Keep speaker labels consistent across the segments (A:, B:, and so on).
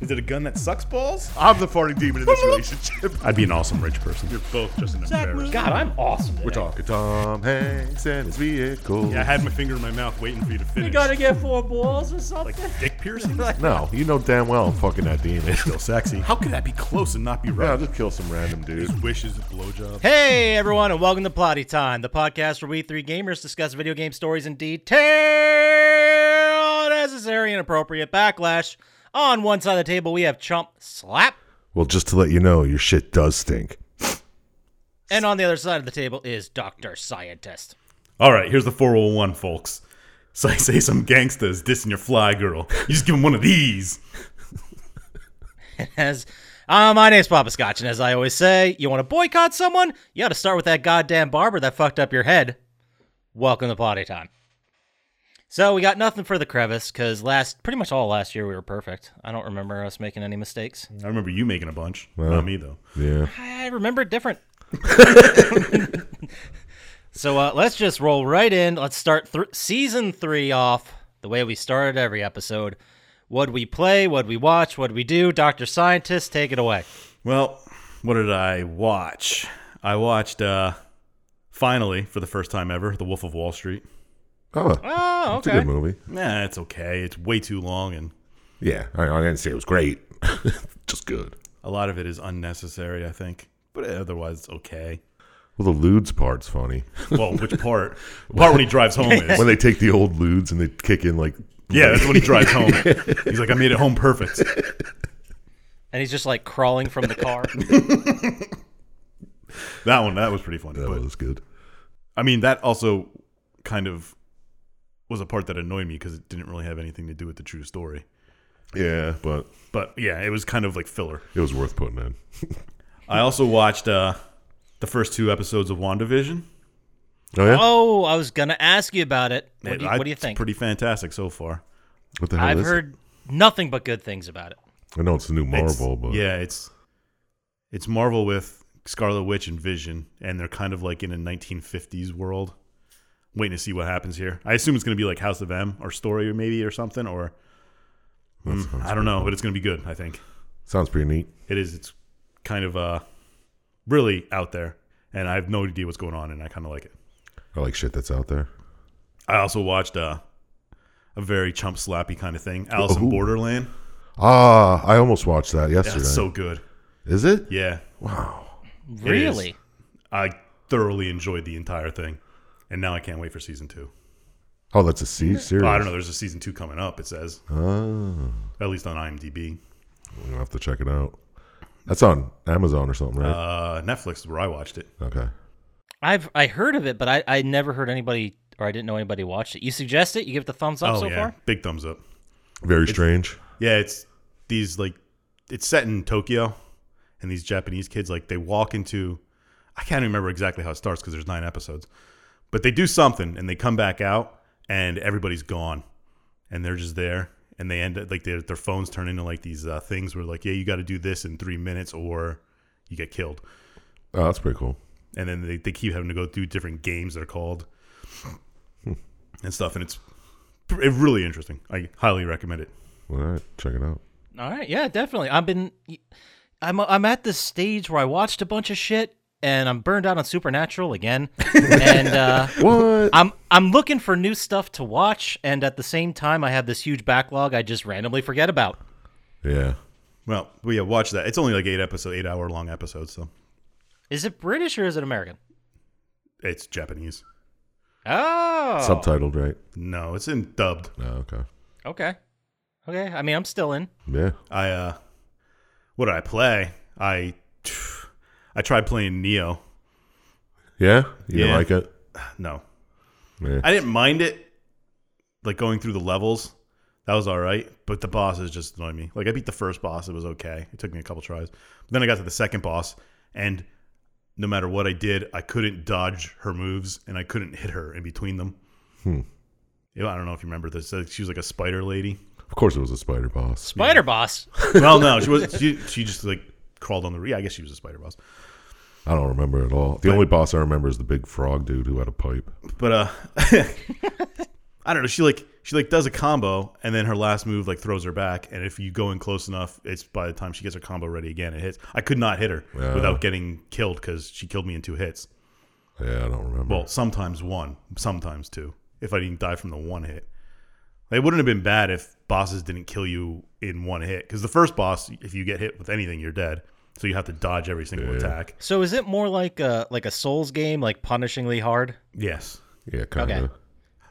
A: Is it a gun that sucks balls?
B: I'm the farting demon in this relationship.
A: I'd be an awesome rich person.
B: You're both just an embarrassment.
A: God, I'm awesome.
B: We're talking Tom Hanks and his vehicle.
C: Yeah, I had my finger in my mouth waiting for you to finish.
D: You gotta get four balls or something.
C: dick piercing.
B: No, you know damn well I'm fucking that demon.
A: Still sexy.
C: How could that be close and not be
B: Yeah, I'll
C: right?
B: just kill some random dude.
C: His wish is a blowjob.
D: Hey everyone, and welcome to Plotty Time, the podcast where we three gamers discuss video game stories in detail, necessary and appropriate backlash. On one side of the table, we have Chump Slap,
B: Well, just to let you know, your shit does stink.
D: and on the other side of the table is Doctor Scientist.
C: All right, here's the 401, folks. So I say some gangsta is dissing your fly girl. You just give him one of these.
D: As uh, my name's Papa Scotch, and as I always say, you want to boycott someone, you got to start with that goddamn barber that fucked up your head. Welcome to Plotty Time. So we got nothing for the crevice because last, pretty much all last year, we were perfect. I don't remember us making any mistakes.
C: I remember you making a bunch. Not me though.
B: Yeah.
D: I remember it different. so uh, let's just roll right in. Let's start thr season three off the way we started every episode. What we play, what we watch, what we do. Doctor Scientist, take it away.
C: Well, what did I watch? I watched uh finally for the first time ever, The Wolf of Wall Street.
B: Oh,
D: Oh,
B: it's a
D: okay.
B: good movie.
C: Nah, it's okay. It's way too long and
B: Yeah, I, I didn't say it was great. just good.
C: a lot of it is unnecessary, I think. But otherwise it's okay.
B: Well, the lewds part's funny.
C: Well, which part? The part when he drives home is.
B: when they take the old lewds and they kick in like
C: Yeah, that's when he drives home. He's like, I made it home perfect.
D: And he's just like crawling from the car.
C: That one, that was pretty funny.
B: that
C: but
B: was good.
C: I mean, that also kind of was a part that annoyed me because it didn't really have anything to do with the true story.
B: Yeah, but
C: But yeah, it was kind of like filler.
B: it was worth putting in.
C: I also watched uh, the first two episodes of WandaVision.
B: Oh yeah,
D: oh, I was gonna ask you about it. What do you,
C: I-
D: what do you
C: it's
D: think?
C: Pretty fantastic so far.
B: what the hell
D: I've
B: is it?
D: heard nothing but good things about it.
B: I know it's the new
C: It's-
B: Marvel, but
C: yeah, it's it's Marvel with Scarlet Witch and Vision, and they're kind of like in a 1950s world. Waiting to see what happens here. I assume it's going to be like House of M or story maybe or something or mm,
B: that sounds,
C: I don't know, but it's going to be good. I think.
B: sounds pretty neat.
C: it is it's kind of uh really out there and i have no idea what's going on and i kind of like it
B: I like shit that's out there.
C: i also watched uh a very chump slappy kind of thing alice in
B: Ooh.
C: borderland
B: Ah, I almost watched that yesterday.
C: that's so good
B: is it?
C: yeah is.
D: Really?
C: i thoroughly enjoyed the entire thing and now i can't wait for season two
B: Oh, that's a C series.
C: Well, i don't know there's a season two coming up it says at least on imdb
B: I'm gonna have to check it out. That's on Amazon or something, right?
C: uh netflix is where i watched it
B: okay.
D: I've I heard of it, but I, I never heard anybody or I didn't know anybody watched it. You suggest it? You give it the thumbs up
C: oh
D: so
C: yeah
D: far?
C: big thumbs up
B: Very strange.
C: Yeah, it's these like it's set in Tokyo, and these Japanese kids like they walk into I can't remember exactly how it starts because there's nine episodes, but they do something and they come back out and everybody's gone, and they're just there and they end up like their their phones turn into like these uh, things where like yeah you got to do this in three minutes or you get killed,
B: Oh, that's pretty cool.
C: and then they, they keep having to go through different games they're called and stuff and it's it's really interesting. I highly recommend it.
B: All right, check it out.
D: All right, yeah, definitely. I've been I'm I'm at this stage where I watched a bunch of shit and I'm burned out on Supernatural again. and uh
B: What?
D: I'm I'm looking for new stuff to watch and at the same time I have this huge backlog I just randomly forget about.
B: yeah.
C: Well, well, yeah, watch that. It's only like eight episode, eight hour long episodes, so
D: Is it British or is it American?
C: it's Japanese.
D: Oh.
B: Subtitled, right?
C: No, it's in dubbed.
B: No, okay.
D: Okay. Okay. I mean, I'm still in.
B: Yeah.
C: I uh, what did I play? I I tried playing Neo.
B: Yeah? You
C: Yeah.
B: like it?
C: No,
B: Yeah.
C: I didn't mind it. Like going through the levels, that was all right. But the bosses just annoyed me. Like I beat the first boss, it was okay. It took me a couple tries. But then I got to the second boss, and no matter what I did, I couldn't dodge her moves, and I couldn't hit her in between them. Hmm. I don't know if you remember this. uh, She was like a spider lady.
B: of course it was a spider boss.
D: Spider Boss.
C: well, no, she was. She, she just like crawled on the. Yeah, I guess she was a spider boss.
B: I don't remember at all. The only boss I remember is the big frog dude who had a pipe.
C: But uh, I don't know. She like she like does a combo and then her last move like throws her back. And if you go in close enough, it's by the time she gets her combo ready again, it hits. I could not hit her
B: Yeah.
C: without getting killed because she killed me in two hits.
B: Yeah, I don't remember.
C: Well, sometimes one, sometimes two. If I didn't die from the one hit, it wouldn't have been bad if bosses didn't kill you in one hit. Because the first boss, if you get hit with anything, you're dead. So you have to dodge every single attack.
D: So is it more like a like a Souls game, like punishingly hard?
C: Yes,
B: yeah, kind of.
D: okay.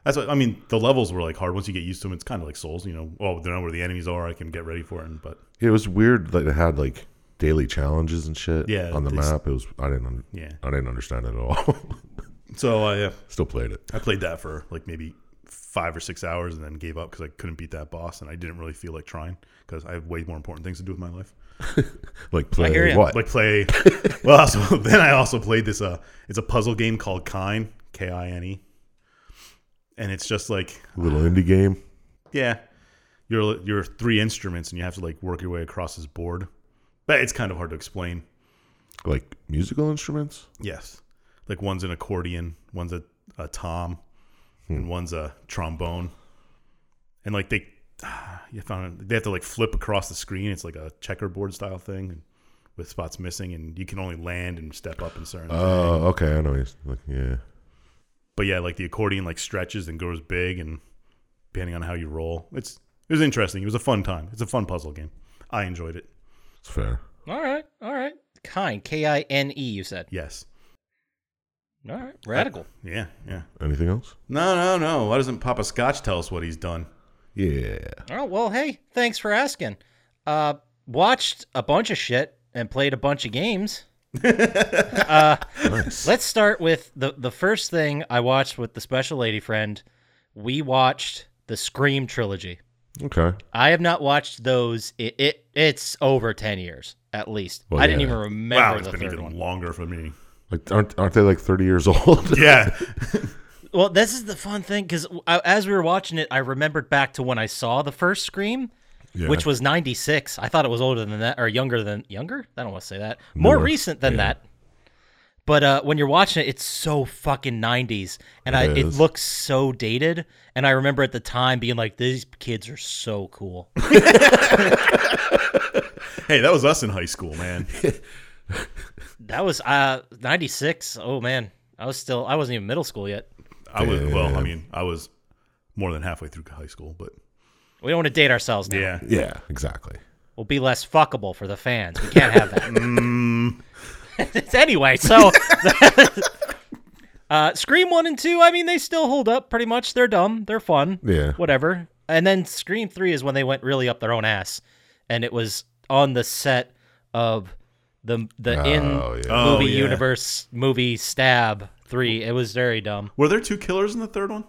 C: that's what I mean. The levels were like hard. Once you get used to them, it's kind of like Souls. You know, oh, they know where the enemies are. I can get ready for it. And, but
B: Yeah, it was weird that it had like daily challenges and shit.
C: Yeah,
B: on the
C: it's-
B: map, it was. I didn't. un-
C: Yeah.
B: I didn't understand it at all.
C: so I uh,
B: Still played it.
C: I played that for like maybe five or six hours and then gave up because I couldn't beat that boss and I didn't really feel like trying because I have way more important things to do with my life.
B: Like
D: hear
B: play
D: ya.
B: what?
C: like play. well, also, then I also played this. Uh, it's a puzzle game called Kine, K I N E, and it's just like
B: little indie game.
C: yeah, you're you're three instruments and you have to like work your way across this board, but it's kind of hard to explain.
B: Like musical instruments.
C: Yes, like one's an accordion, one's a, a tom, and one's a trombone, and like they. You found they have to like flip across the screen. It's like a checkerboard style thing, with spots missing, and you can only land and step up in certain.
B: Oh, okay. I know. He's like, yeah.
C: but yeah, like the accordion like stretches and grows big, and depending on how you roll, it's it was interesting. It was a fun time. It's a fun puzzle game. I enjoyed it.
B: It's fair.
D: All right, all right. Kine, K I N E. You said.
C: Yes.
D: All right, radical.
C: Yeah. Yeah.
B: Anything else?
C: No, no, no. Why doesn't Papa Scotch tell us what he's done?
B: Yeah.
D: Oh well, hey, thanks for asking. Uh, watched a bunch of shit and played a bunch of games. Uh,
B: Nice.
D: Let's start with the the first thing I watched with the special lady friend. We watched the Scream trilogy.
B: okay.
D: I have not watched those. It, it it's over ten years at least.
B: Well,
D: I didn't
B: yeah.
D: even remember
C: Wow, it's
D: the
C: been
D: third
C: even
D: one.
C: longer for me.
B: Like, aren't aren't they like thirty years old?
C: Yeah.
D: Well, this is the fun thing because as we were watching it, I remembered back to when I saw the first Scream,
B: Yeah.
D: which was '96. I thought it was older than that or younger than younger. I don't want to say that. More
B: Newer.
D: recent than that. But uh, when you're watching it, it's so fucking '90s, and I, it
B: is.
D: looks so dated. And I remember at the time being like, "These kids are so cool."
C: hey, that was us in high school, man.
D: that was uh '96. Oh man, I was still I wasn't even middle school yet.
C: I was well, I mean, I was more than halfway through high school, but
D: We don't want to date ourselves now.
C: yeah.
B: yeah. Exactly.
D: will be less fuckable for the fans. We can't have that. anyway, so uh, Scream one and two. I mean, they still hold up pretty much. They're dumb. They're fun.
B: Yeah.
D: Whatever. And then Scream three is when they went really up their own ass, and it was on the set of the the in
B: Oh,
D: movie
B: yeah.
C: Oh, yeah.
D: universe movie stab three. It was very dumb.
C: Were there two killers in the third one?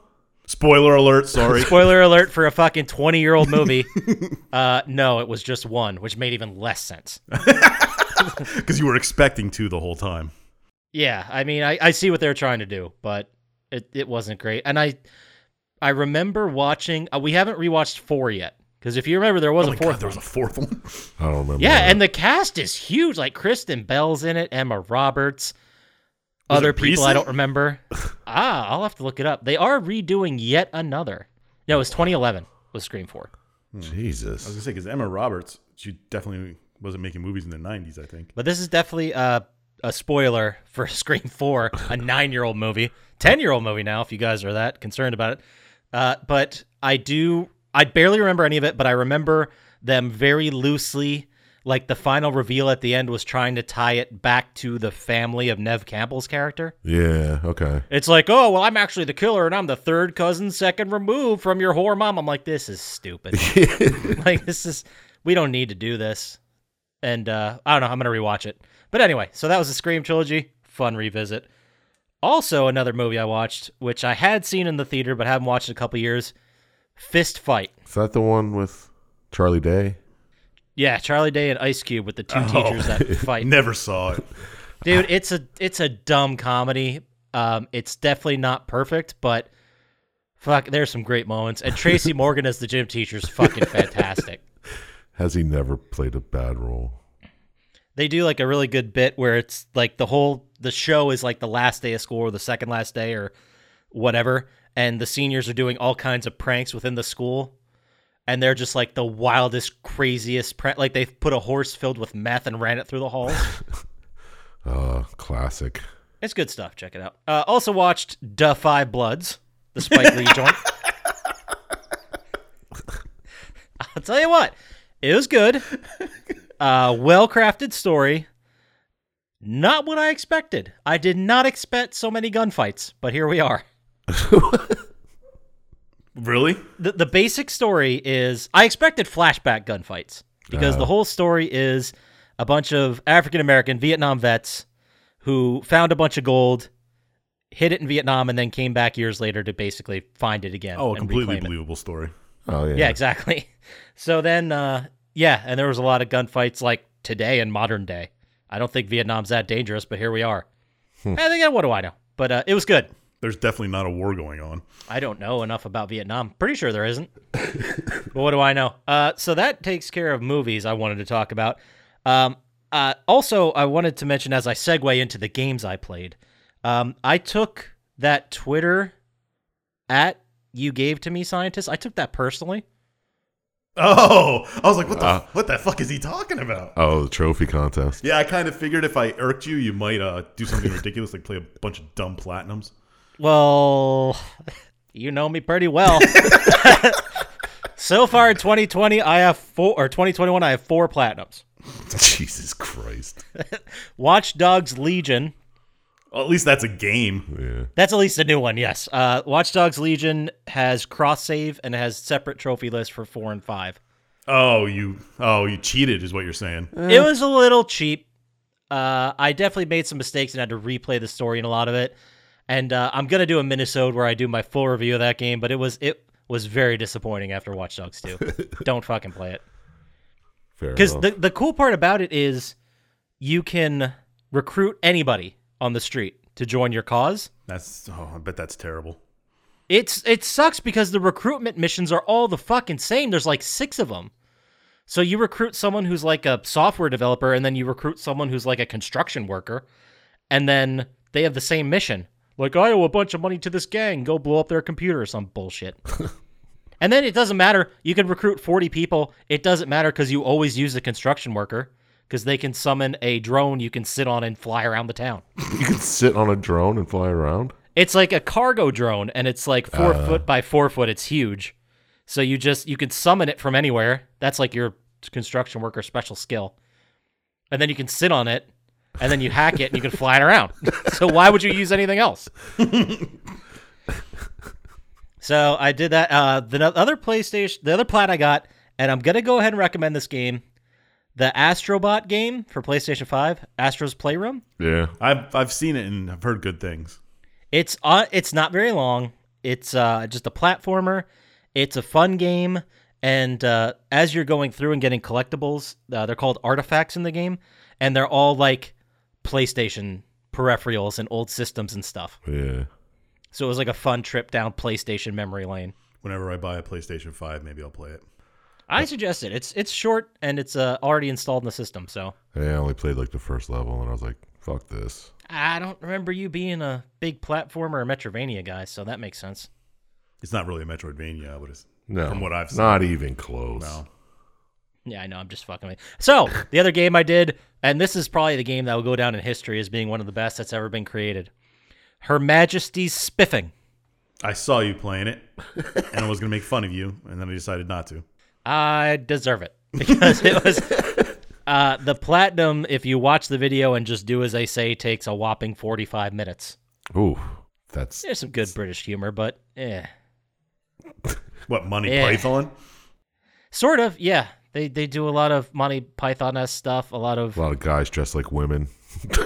C: Spoiler alert, sorry.
D: Spoiler alert for a fucking 20 year old movie. uh, no, it was just one, which made even less sense.
C: Because you were expecting two the whole time.
D: Yeah, I mean, I, I see what they're trying to do, but it, it wasn't great. And I I remember watching. Uh, we haven't rewatched four yet because if you remember, there was
C: Oh
D: a
C: my
D: fourth.
C: god, there was a
D: one.
C: fourth one.
B: I don't remember.
D: yeah,
B: that.
D: and the cast is huge. Like Kristen Bell's in it, Emma Roberts, other
C: it
D: people I don't
C: recent?
D: remember. ah, I'll have to look it up. They are redoing yet another. No, it was 2011 was Scream Four.
B: Jesus.
C: I was gonna say because Emma Roberts, she definitely wasn't making movies in the '90s. I think.
D: But this is definitely uh, a spoiler for Scream 4, a nine year old movie, 10 year old movie now, if you guys are that concerned about it. Uh, but I do, I barely remember any of it, but I remember them very loosely. Like the final reveal at the end was trying to tie it back to the family of Nev Campbell's character.
B: Yeah. Okay.
D: It's like, oh, well, I'm actually the killer and I'm the third cousin, second removed from your whore mom. I'm like, this is stupid. like, this is, we don't need to do this. And uh, I don't know, I'm going to rewatch it. But anyway, so that was the Scream trilogy. Fun revisit. Also, another movie I watched, which I had seen in the theater but haven't watched in a couple years Fist Fight.
B: Is that the one with Charlie Day?
D: Yeah, Charlie Day and Ice Cube with the two teachers that fight.
C: Never saw it.
D: dude it's a it's a dumb comedy um it's definitely not perfect but fuck there's some great moments and tracy morgan as the gym teacher is fucking fantastic
B: Has he never played a bad role?
D: they do like a really good bit where it's like the whole the show is like the last day of school or the second last day or whatever and the seniors are doing all kinds of pranks within the school. And they're just like the wildest, craziest prank. Like they put a horse filled with meth and ran it through the halls.
B: Uh, classic.
D: It's good stuff. Check it out. Uh, also watched Defy Bloods, the Spike Lee joint. I'll tell you what, it was good. Uh, well crafted story. Not what I expected. I did not expect so many gunfights, but here we are.
C: Really?
D: The, the basic story is I expected flashback gunfights because
C: Oh.
D: the whole story is a bunch of African American Vietnam vets who found a bunch of gold, hid it in Vietnam, and then came back years later to basically find it again.
C: Oh, a
D: and
C: completely
D: reclaim it.
C: believable story.
B: Oh yeah.
D: Yeah, exactly. So then, uh, yeah, and there was a lot of gunfights like today in modern day. I don't think Vietnam's that dangerous, but here we are.
C: Hmm.
D: I think what do I know? But uh, it was good.
C: There's definitely not a war going on.
D: I don't know enough about Vietnam. Pretty sure there isn't. but what do I know? Uh, so that takes care of movies I wanted to talk about. Um, uh, also, I wanted to mention as I segue into the games I played, um, I took that Twitter at you gave to me, scientist. I took that personally.
C: Oh, I was like, what the
D: Uh.
C: what the fuck is he talking about?
B: Oh, the trophy contest.
C: Yeah, I kind of figured if I irked you, you might uh, do something ridiculous, like play a bunch of dumb platinums.
D: Well, you know me pretty well. so far in 2020, I have four, or 2021, I have four platinums.
C: Jesus Christ!
D: Watch Dogs Legion.
C: Well, at least that's a game.
B: Yeah.
D: That's at least a new one, yes. Uh, Watch Dogs Legion has cross save and has separate trophy list for four and five.
C: Oh, you oh you cheated is what you're saying.
D: It was a little cheap. Uh, I definitely made some mistakes and had to replay the story in a lot of it. And uh, I'm gonna do a Minnesota where I do my full review of that game, but it was it was very disappointing after Watch Dogs 2. Don't fucking play it.
B: Fair
D: Because
B: enough.
D: the, the cool part about it is you can recruit anybody on the street to join your cause.
C: That's oh, I bet that's terrible.
D: It's it sucks because the recruitment missions are all the fucking same. There's like six of them. So you recruit someone who's like a software developer, and then you recruit someone who's like a construction worker, and then they have the same mission. Like I owe a bunch of money to this gang. Go blow up their computer or some bullshit. and then it doesn't matter. You can recruit forty people. It doesn't matter because you always use the construction worker because they can summon a drone you can sit on and fly around the town.
B: you can sit on a drone and fly around.
D: It's like a cargo drone, and it's like four foot by four foot. It's huge, so you just you can summon it from anywhere. That's like your construction worker special skill, and then you can sit on it, and then you hack it, and you can fly it around. So why would you use anything else? so I did that. Uh, the no- other PlayStation, the other plat I got, and I'm gonna go ahead and recommend this game, the Astrobot game for PlayStation Five, Astro's Playroom.
B: Yeah.
C: I've I've seen it and I've heard good things.
D: It's uh, it's not very long. It's uh, just a platformer. It's a fun game, and uh, as you're going through and getting collectibles, uh, they're called artifacts in the game, and they're all like PlayStation peripherals and old systems and stuff.
B: Yeah.
D: So it was like a fun trip down PlayStation memory lane.
C: Whenever I buy a PlayStation Five, maybe I'll play it.
D: I suggest it. It's it's short and it's uh, already installed in the system. So
B: Yeah, I only played like the first level, and I was like, "Fuck this."
D: I don't remember you being a big platformer or Metrovania guy, so that makes sense.
C: It's not really a Metroidvania, but it's
B: No,
C: From what I've seen.
B: not even close.
C: no.
D: Yeah, I know. I'm just fucking with you. So, the other game I did, and this is probably the game that will go down in history as being one of the best that's ever been created Her Majesty's Spiffing.
C: I saw you playing it, and I was gonna make fun of you, and then I decided not to.
D: I deserve it because it was uh, the platinum. If you watch the video and just do as they say, takes a whopping 45 minutes.
B: Ooh, that's
D: There's some good British humor, but eh.
C: What Money
D: Yeah.
C: Python?
D: Sort of, yeah. They, they do a lot of Monty Python esque stuff, a lot of
B: a lot of guys dressed like women.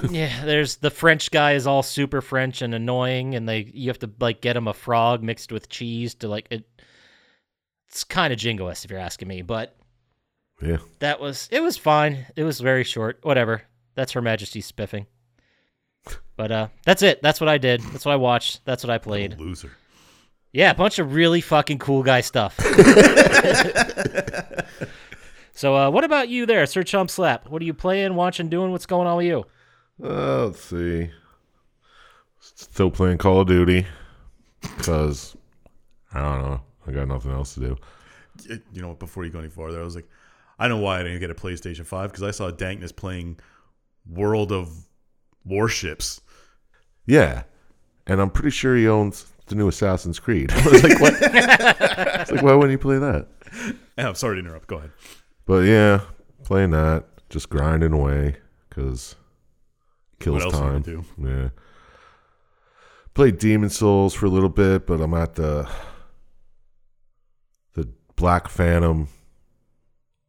D: Yeah, there's the French guy is all super French and annoying, and they you have to like get him a frog mixed with cheese to like it. It's kind of jingoist if you're asking me, but
B: Yeah,
D: that was it was fine. It was very short. Whatever. That's Her Majesty spiffing. But uh, that's it. That's what I did. That's what I watched. That's what I played.
C: Loser.
D: Yeah, a bunch of really fucking cool guy stuff. so, uh, what about you there, Sir Chump Slap? What are you playing, watching, doing? What's going on with you?
B: Uh, let's see. Still playing Call of Duty because I don't know. I got nothing else to do.
C: it- you know, before you go any farther, I was like, I know why I didn't get a PlayStation 5 because I saw Dankness playing World of Warships.
B: Yeah, and I'm pretty sure he owns the new Assassin's Creed. I was like, what? it's like, why wouldn't he play that?
C: Oh, sorry to interrupt. Go ahead.
B: But yeah, playing that, just grinding away because kills
C: What else am I
B: time.
C: gonna do?
B: Yeah. Played Demon Souls for a little bit, but I'm at the the Black Phantom.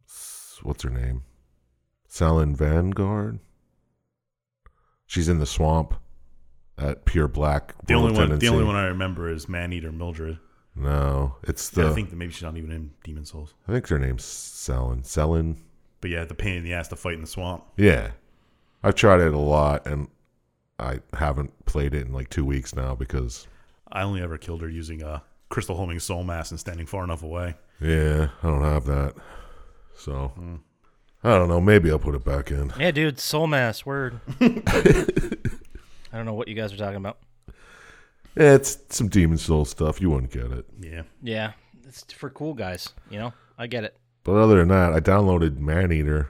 B: s- What's her name? Salin Vanguard. She's in the swamp at Pure Black.
C: The
B: World
C: only one, the
B: Tendency.
C: only one I remember is Maneater Mildred.
B: No, it's the.
C: Yeah, I
B: I,
C: think
B: think,
C: that maybe she's not even in Demon Souls.
B: her name's Salin. Salin.
C: But yeah, the pain in the ass to fight in the swamp.
B: Yeah, I've tried it a lot, and I haven't played it in like two weeks now because
C: I only ever killed her using a crystal homing soul mass and standing far enough away.
B: Yeah, I don't have that. So
D: Hmm.
B: I don't know. Maybe I'll put it back in.
D: Yeah, dude, soul mass word. I don't know what you guys are talking about.
B: Yeah, it's some Demon Soul stuff. You wouldn't get it.
C: Yeah.
D: Yeah, it's for cool guys. You know, I get it.
B: But other than that, I downloaded Maneater.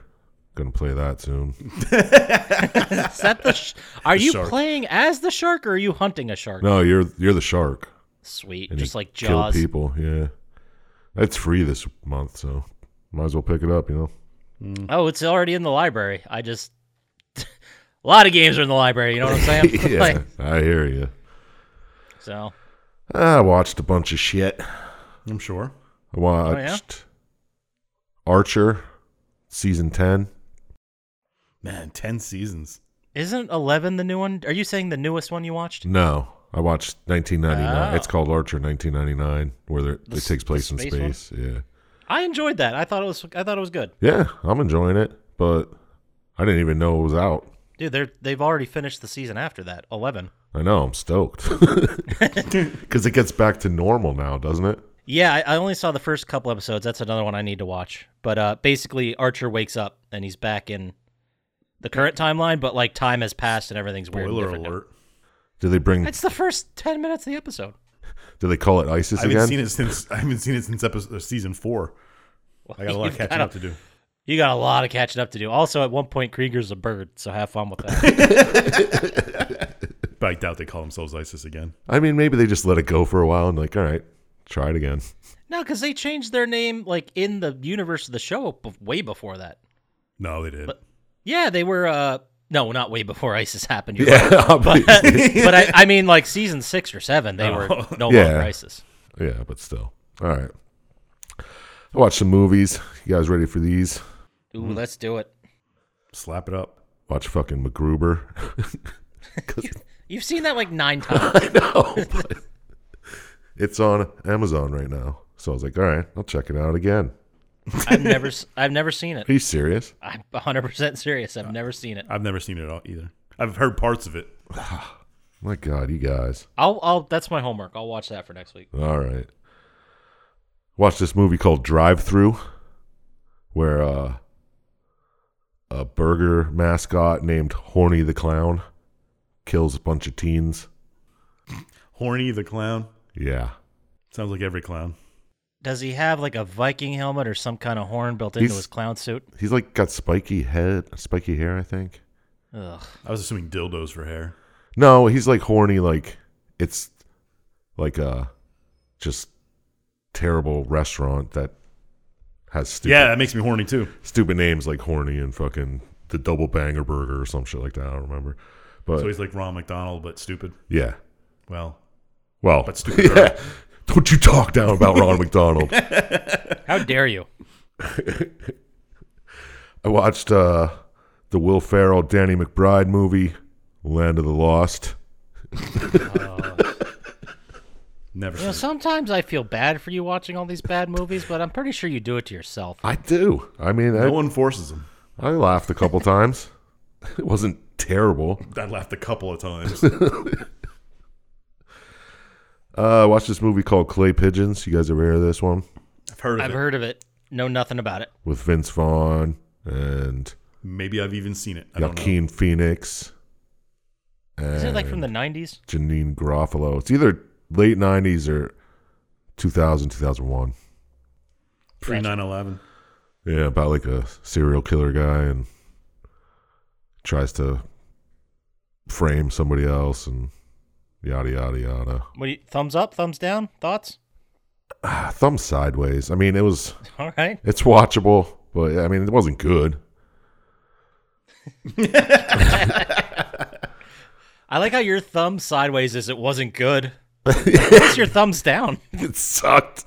B: Gonna play that soon.
D: Is that the? Sh- are you
C: shark.
D: playing as the shark or are you hunting a shark?
B: No, you're you're the shark.
D: Sweet,
B: and you
D: just like
B: kill
D: Jaws.
B: people. Yeah, that's free this month, so might as well pick it up. You know.
D: Oh, it's already in the library. I just a lot of games are in the library. You know what I'm saying?
B: yeah,
D: Like,
B: I hear you.
D: so
B: I watched a bunch of shit.
C: I'm sure.
B: I
D: Oh,
B: watched Archer season ten.
C: Man, 10 seasons.
D: isn't Eleven the new one? Are you saying the newest one you watched?
B: No, I watched 1999.
D: Oh.
B: It's called Archer 1999, where they're- it
D: The s-
B: takes
D: the
B: place in
D: space one?
B: space. Yeah,
D: I enjoyed that. I thought it was. I thought it was good,
B: yeah, I'm enjoying it, but I didn't even know it was out.
D: dude. They're they've already finished the season after that. Eleven.
B: I know I'm stoked because it gets back to normal now, doesn't it?
D: Yeah, I, I only saw the first couple episodes. That's another one I need to watch. But uh, basically, Archer wakes up and he's back in the current timeline, but like time has passed and everything's weird. and
C: Boiler
D: different now.
C: alert.
B: Do they bring?
D: It's the first ten minutes of the episode.
B: Do they call it ISIS
C: I haven't
B: again?
C: seen it since I haven't seen it since episode season four. I got a lot of
D: You've
C: catching
D: gotta-
C: up to do.
D: You got a lot of catching up to do. Also, at one point, Krieger's a bird, so have fun with that.
C: But I doubt they call themselves ISIS again.
B: I mean, maybe they just let it go for a while and like, all right, try it again.
D: no, because they changed their name like in the universe of the show b- way before that.
C: No, they did.
D: Yeah, they were. uh No, not way before ISIS happened. You're right.
B: Yeah, obviously.
D: but I, I mean, like season six or seven, they were no
B: Oh. Yeah.
D: longer ISIS.
B: yeah, but still, all right. I watched some movies. You guys ready for these?
D: Ooh, let's do it.
C: Slap it up.
B: Watch fucking MacGruber.
D: You've seen that like nine times.
B: no, but it's on Amazon right now. So I was like, all right, I'll check it out again.
D: I've never, s- I've never seen it.
B: Are you serious?
D: I'm 100 percent serious. I've never seen it.
C: I've never seen it all either. I've heard parts of it.
B: Oh My God, you guys.
D: I'll, I'll. That's my homework. I'll watch that for next week.
B: All right. Watch this movie called Drive Through, where uh, a burger mascot named Horny the Clown kills a bunch of teens.
C: Horny the clown.
B: Yeah.
C: Sounds like every clown.
D: Does he have like a Viking helmet or some kind of horn built into
B: He's-
D: his clown suit?
B: He's like got spiky head, spiky hair, I think.
D: Ugh.
C: I was assuming dildos for hair.
B: No, he's like horny. Like it's like a just terrible restaurant that has stupid,
C: Yeah, that makes me horny too.
B: stupid names like horny and fucking the double banger burger or some shit like that. I don't remember, but
C: So he's like Ron McDonald, but stupid.
B: yeah.
C: Well,
B: Well,
C: But stupid
B: yeah. Don't you talk down about Ron McDonald.
D: How dare you?
B: I watched uh, the Will Ferrell Danny McBride movie, Land of the Lost.
C: never.
D: You know,
C: seen
D: sometimes I feel bad for you watching all these bad movies, but I'm pretty sure you do it to yourself.
B: I do. I mean,
C: it.
B: I,
C: No one forces him.
B: I laughed a couple times. It wasn't terrible.
C: I laughed a couple of times.
B: Uh, I watched this movie called Clay Pigeons. You guys ever hear of this one?
C: I've heard of
D: I've
C: it.
D: heard of it, know nothing about it.
B: With Vince Vaughn and
C: Maybe I've even seen it. I don't know.
B: Joaquin Phoenix and
D: Is it like from the 90s?
B: Janine Garofalo. It's either late 90s or 2000, 2001.
C: Pre 9 11.
B: Yeah, about like a serial killer guy and tries to frame somebody else and yada yada yada.
D: What do you, thumbs up, thumbs down, thoughts?
B: Ah, Thumb sideways. I mean, it was
D: All right.
B: it's watchable, but I mean, it wasn't good.
D: I like how your thumb sideways is it wasn't good. What's your thumbs down?
B: It sucked.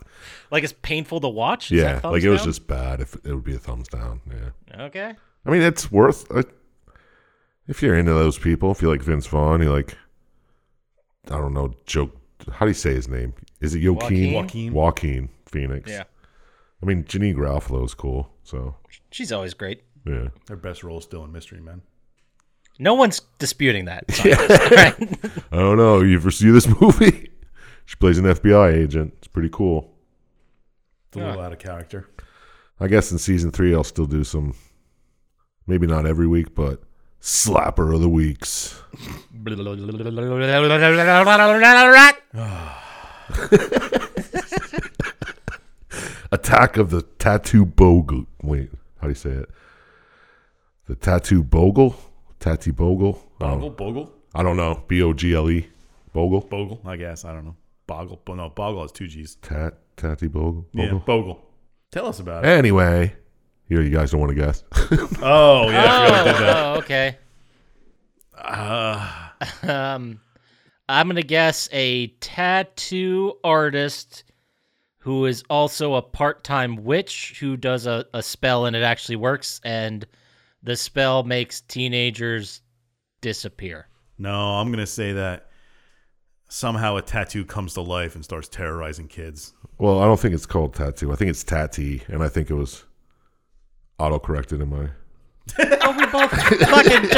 D: Like it's painful to watch? Is that
B: yeah,
D: thumbs
B: like it was
D: down?
B: just bad. If it would be a thumbs down. Yeah.
D: Okay.
B: I mean, it's worth. I, if you're into those people, if you like Vince Vaughn, you like, I don't know, joke. How do you say his name? Is it Joaquin?
C: Joaquin.
B: Joaquin Phoenix.
D: Yeah.
B: I mean, Janine Garofalo's cool. So
D: She's always great.
B: yeah,
C: Their best role is still in Mystery Men.
D: No one's disputing that.
B: I don't know. You ever see this movie? she plays an FBI agent. It's pretty cool.
C: It's a little out of character.
B: I guess in season three, I'll still do some. Maybe not every week, but slapper of the weeks. Attack of the Tattoo Bogle. Wait, how do you say it? The Tattoo Bogle? Tatty Bogle? I don't-
C: Bogle? Bogle?
B: I don't know. B O G L E. Bogle?
C: Bogle, I guess. I don't know. Bogle. Bo- No, Bogle has two G's.
B: Tat, Tatty Bogle?
C: Yeah,
B: Bogle? Eh.
C: Bogle. Tell us about it.
B: Anyway, here you guys don't want to guess.
C: Oh, yeah. I forgot we did that.
D: oh, okay.
C: Uh.
D: Um, I'm gonna guess a tattoo artist who is also a part-time witch who does a, a spell and it actually works, and the spell makes teenagers disappear.
C: No, I'm going to say that somehow a tattoo comes to life and starts terrorizing kids.
B: well, I don't think it's called tattoo. I think it's tatty, and I think it was autocorrected in my.
D: But we both fucking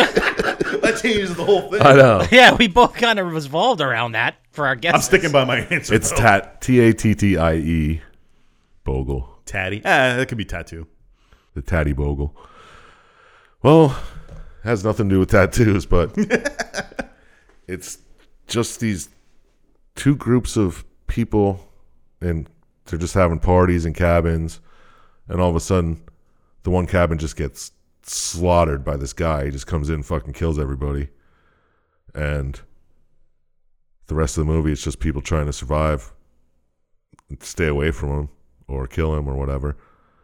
C: That changes the whole thing.
B: I know.
D: yeah, we both kind of revolved around that for our guess.
C: I'm sticking by my answer.
B: It's
C: bro.
B: tat, T A T T I E. Bogle.
C: tatty. Eh, that could be tattoo.
B: the Tatty Bogle. Well, has nothing to do with tattoos, but it's just these two groups of people, and they're just having parties in cabins, and all of a sudden, the one cabin just gets slaughtered by this guy. He just comes in, and fucking kills everybody, and the rest of the movie, it's just people trying to survive, and stay away from him, or kill him, or whatever.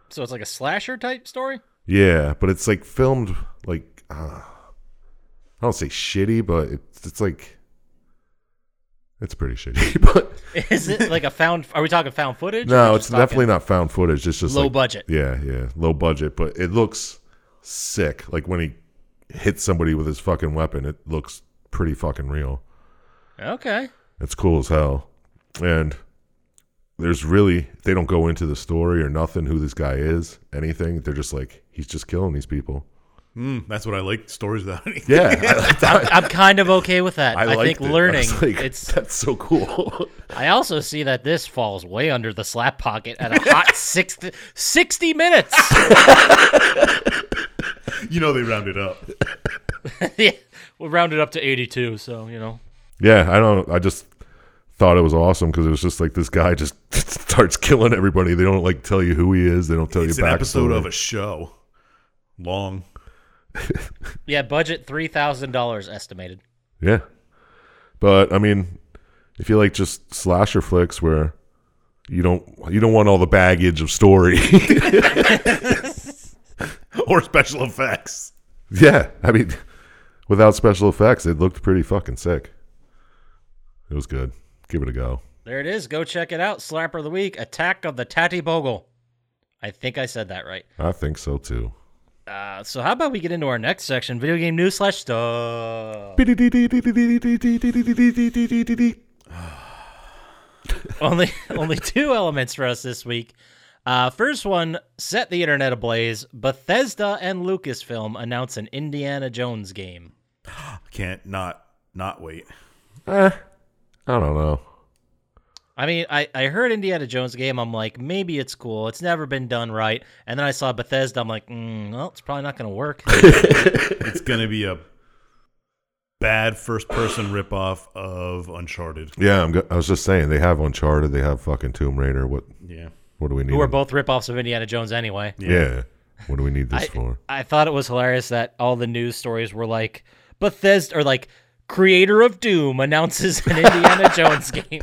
D: So it's like a slasher type story.
B: Yeah, but it's like filmed like uh, I don't say shitty, but it's it's like it's pretty shitty. But
D: Is it like a found? Are we talking found footage?
B: no,
D: We're
B: it's
D: just talking
B: definitely not found footage. It's just
D: low
B: like,
D: budget.
B: Yeah, yeah, low budget, but it looks sick. Like when he hits somebody with his fucking weapon, it looks pretty fucking real.
D: Okay.
B: It's cool as hell. And there's really they don't go into the story or nothing who this guy is, anything. They're just like he's just killing these people.
C: Mm, that's what I like. Stories without any.
B: Yeah, I-
D: I'm kind of okay with that. I, think
B: liked it. I
D: learning.
B: was like,
D: it's.
B: that's so cool.
D: I also see that this falls way under the slap pocket at a hot 60, 60 minutes.
C: You know they rounded up.
D: yeah, we'll round it up to eighty-two. So you know.
B: yeah, I don't. I just thought it was awesome because it was just like this guy just starts killing everybody. They don't like tell you who he is. They don't tell
C: It's
B: you
C: an
B: backstory.
C: episode of a show. Long.
D: Yeah, budget three thousand dollars estimated.
B: yeah. But I mean, if you like just slasher flicks where you don't you don't want all the baggage of story.
C: or special effects.
B: yeah, I mean, without special effects, it looked pretty fucking sick. It was good. Give it a go.
D: There it is. Go check it out. Slapper of the week: Attack of the Tatty Bogle. I think I said that right.
B: I think so too.
D: Uh, so how about we get into our next section: video game news slash stuff.
B: Eh,
D: only only two elements for us this week. Uh, first one set the internet ablaze. Bethesda and Lucasfilm announce an Indiana Jones game.
C: Can't not not wait.
B: I don't know.
D: I mean, I, I heard Indiana Jones game. I'm like, maybe it's cool. It's never been done right. And then I saw Bethesda. I'm like, mm, well, it's probably not going to work.
C: It's gonna be a bad first person ripoff of Uncharted.
B: Yeah, I'm go- I was just saying they have Uncharted, they have fucking Tomb Raider. What
C: Yeah.
B: what do we need?
D: Who are
B: them-
D: both ripoffs of Indiana Jones anyway.
B: Yeah. What do we need this for?
D: I thought it was hilarious that all the news stories were like Bethesda or like creator of Doom announces an Indiana Jones game.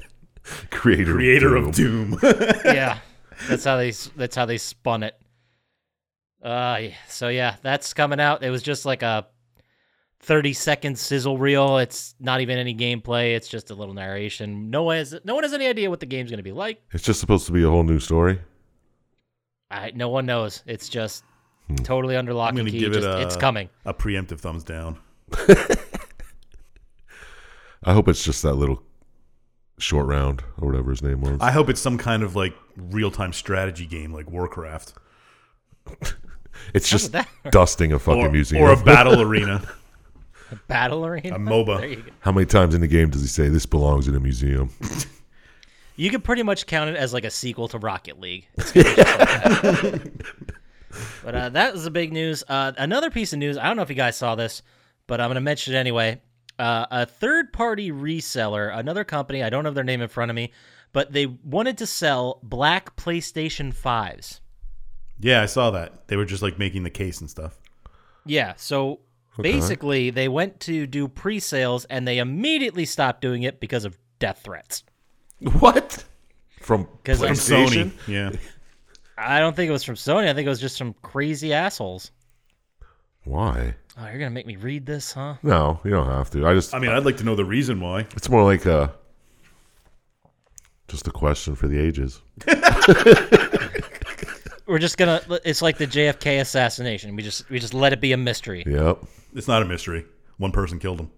B: Creator,
C: Creator
B: Doom.
C: of Doom.
D: Yeah, that's how they that's how they spun it. Uh, yeah, so yeah, that's coming out. It was just like a thirty second sizzle reel. It's not even any gameplay. It's just a little narration. No one has no one has any idea what the game's gonna be like.
B: It's just supposed to be a whole new story.
D: I, no one knows. It's just totally under lock
C: Hmm. I'm
D: and
C: gonna
D: key.
C: give it
D: Just-
C: a-
D: it's coming.
C: a preemptive thumbs down.
B: I hope it's just that little short round or whatever his name was.
C: I hope it's some kind of like real time strategy game like Warcraft.
B: it's just
D: that
B: dusting a fucking
C: Or,
B: museum.
C: or a battle arena.
D: Battle arena.
C: A
D: There you
C: MOBA.
D: go.
B: How many times in the game does he say this belongs in a museum?
D: You could pretty much count it as like a sequel to Rocket League. It's gonna be just like that. But uh, that was the big news. Uh, another piece of news. I don't know if you guys saw this, but I'm going to mention it anyway. Uh, a third party reseller, another company, I don't have their name in front of me, but they wanted to sell black PlayStation 5s.
C: Yeah, I saw that. They were just like making the case and stuff.
D: Yeah. So basically, they went to do pre sales and they immediately stopped doing it because of death threats.
B: What? From
D: Because
C: From Sony.
B: PlayStation?
C: Yeah.
D: I don't think it was from Sony. I think it was just some crazy assholes.
B: Why?
D: Oh, you're gonna make me read this, huh?
B: No, you don't have to. I just
C: I mean, I'd like to know the reason why.
B: it's more like a just a question for the ages.
D: We're just gonna. It's like the JFK assassination. We just we just let it be a mystery,
B: Yep.
C: It's not a mystery. One person killed him.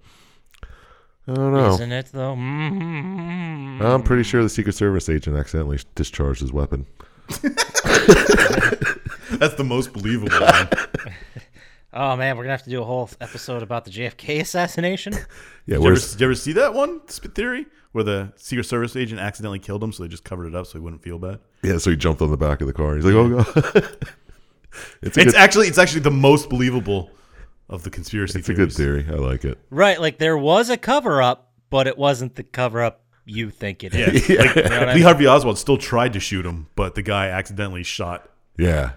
B: I don't know.
D: isn't it? Though. mm
B: I'm pretty sure the Secret Service agent accidentally discharged his weapon.
C: That's the most believable one.
D: Oh man, we're gonna have to do a whole episode about the JFK assassination.
B: Yeah,
C: Did you, ever,
B: where's
C: did you ever see that one sp- theory where the Secret Service agent accidentally killed him, so they just covered it up so he wouldn't feel bad?
B: yeah? So he jumped on the back of the car. He's like, "Oh god!" it's a
C: It's
B: good,
C: actually it's actually the most believable of the conspiracy
B: it's a good
C: theories.
B: theory. I like it.
D: right, like there was a cover up, but it wasn't the cover up you think it is.
C: Yeah, like,
D: know what I
C: Lee
D: mean?
C: Harvey Oswald still tried to shoot him, but the guy accidentally shot.
B: Yeah,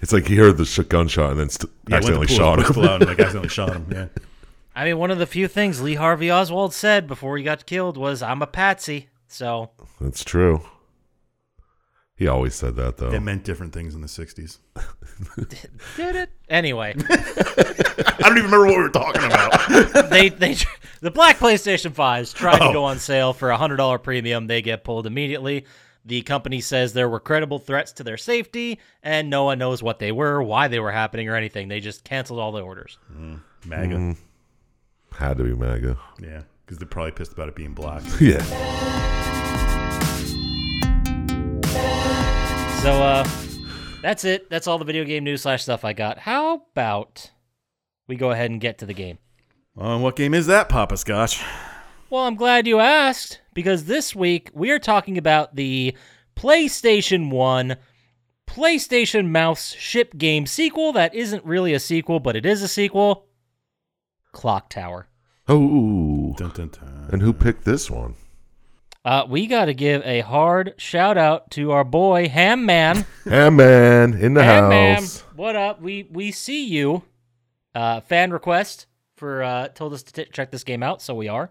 B: it's like he heard the sh- gunshot and then st-
C: Yeah, went to pull
B: accidentally
C: his
B: shot him.
C: pistol out and like accidentally shot him. Yeah,
D: I mean, one of the few things Lee Harvey Oswald said before he got killed was, "I'm a patsy." So
B: That's true. He always said that though.
C: it meant different things in the '60s.
D: did it anyway.
C: I don't even remember what we were talking about.
D: they they tr- the black PlayStation fives tried to go on sale for a hundred dollar premium. They get pulled immediately. The company says there were credible threats to their safety, and no one knows what they were, why they were happening, or anything. They just canceled all the orders.
C: MAGA.
B: Had to be MAGA.
C: Yeah, because they're probably pissed about it being black.
B: yeah.
D: So uh, that's it. That's all the video game news slash stuff I got. How about we go ahead and get to the game?
C: Uh, what game is that, Papa Scotch?
D: Well, I'm glad you asked because this week we are talking about the PlayStation 1 PlayStation Mouse ship game sequel that isn't really a sequel, but it is a sequel Clock Tower.
B: Oh.
C: Dun, dun, dun.
B: And who picked this one?
D: Uh, we got to give a hard shout out to our boy Ham Man.
B: Ham man in the
D: Ham Man,
B: house.
D: what up? We we see you. Uh, fan request for uh, told us to t- check this game out, so we are.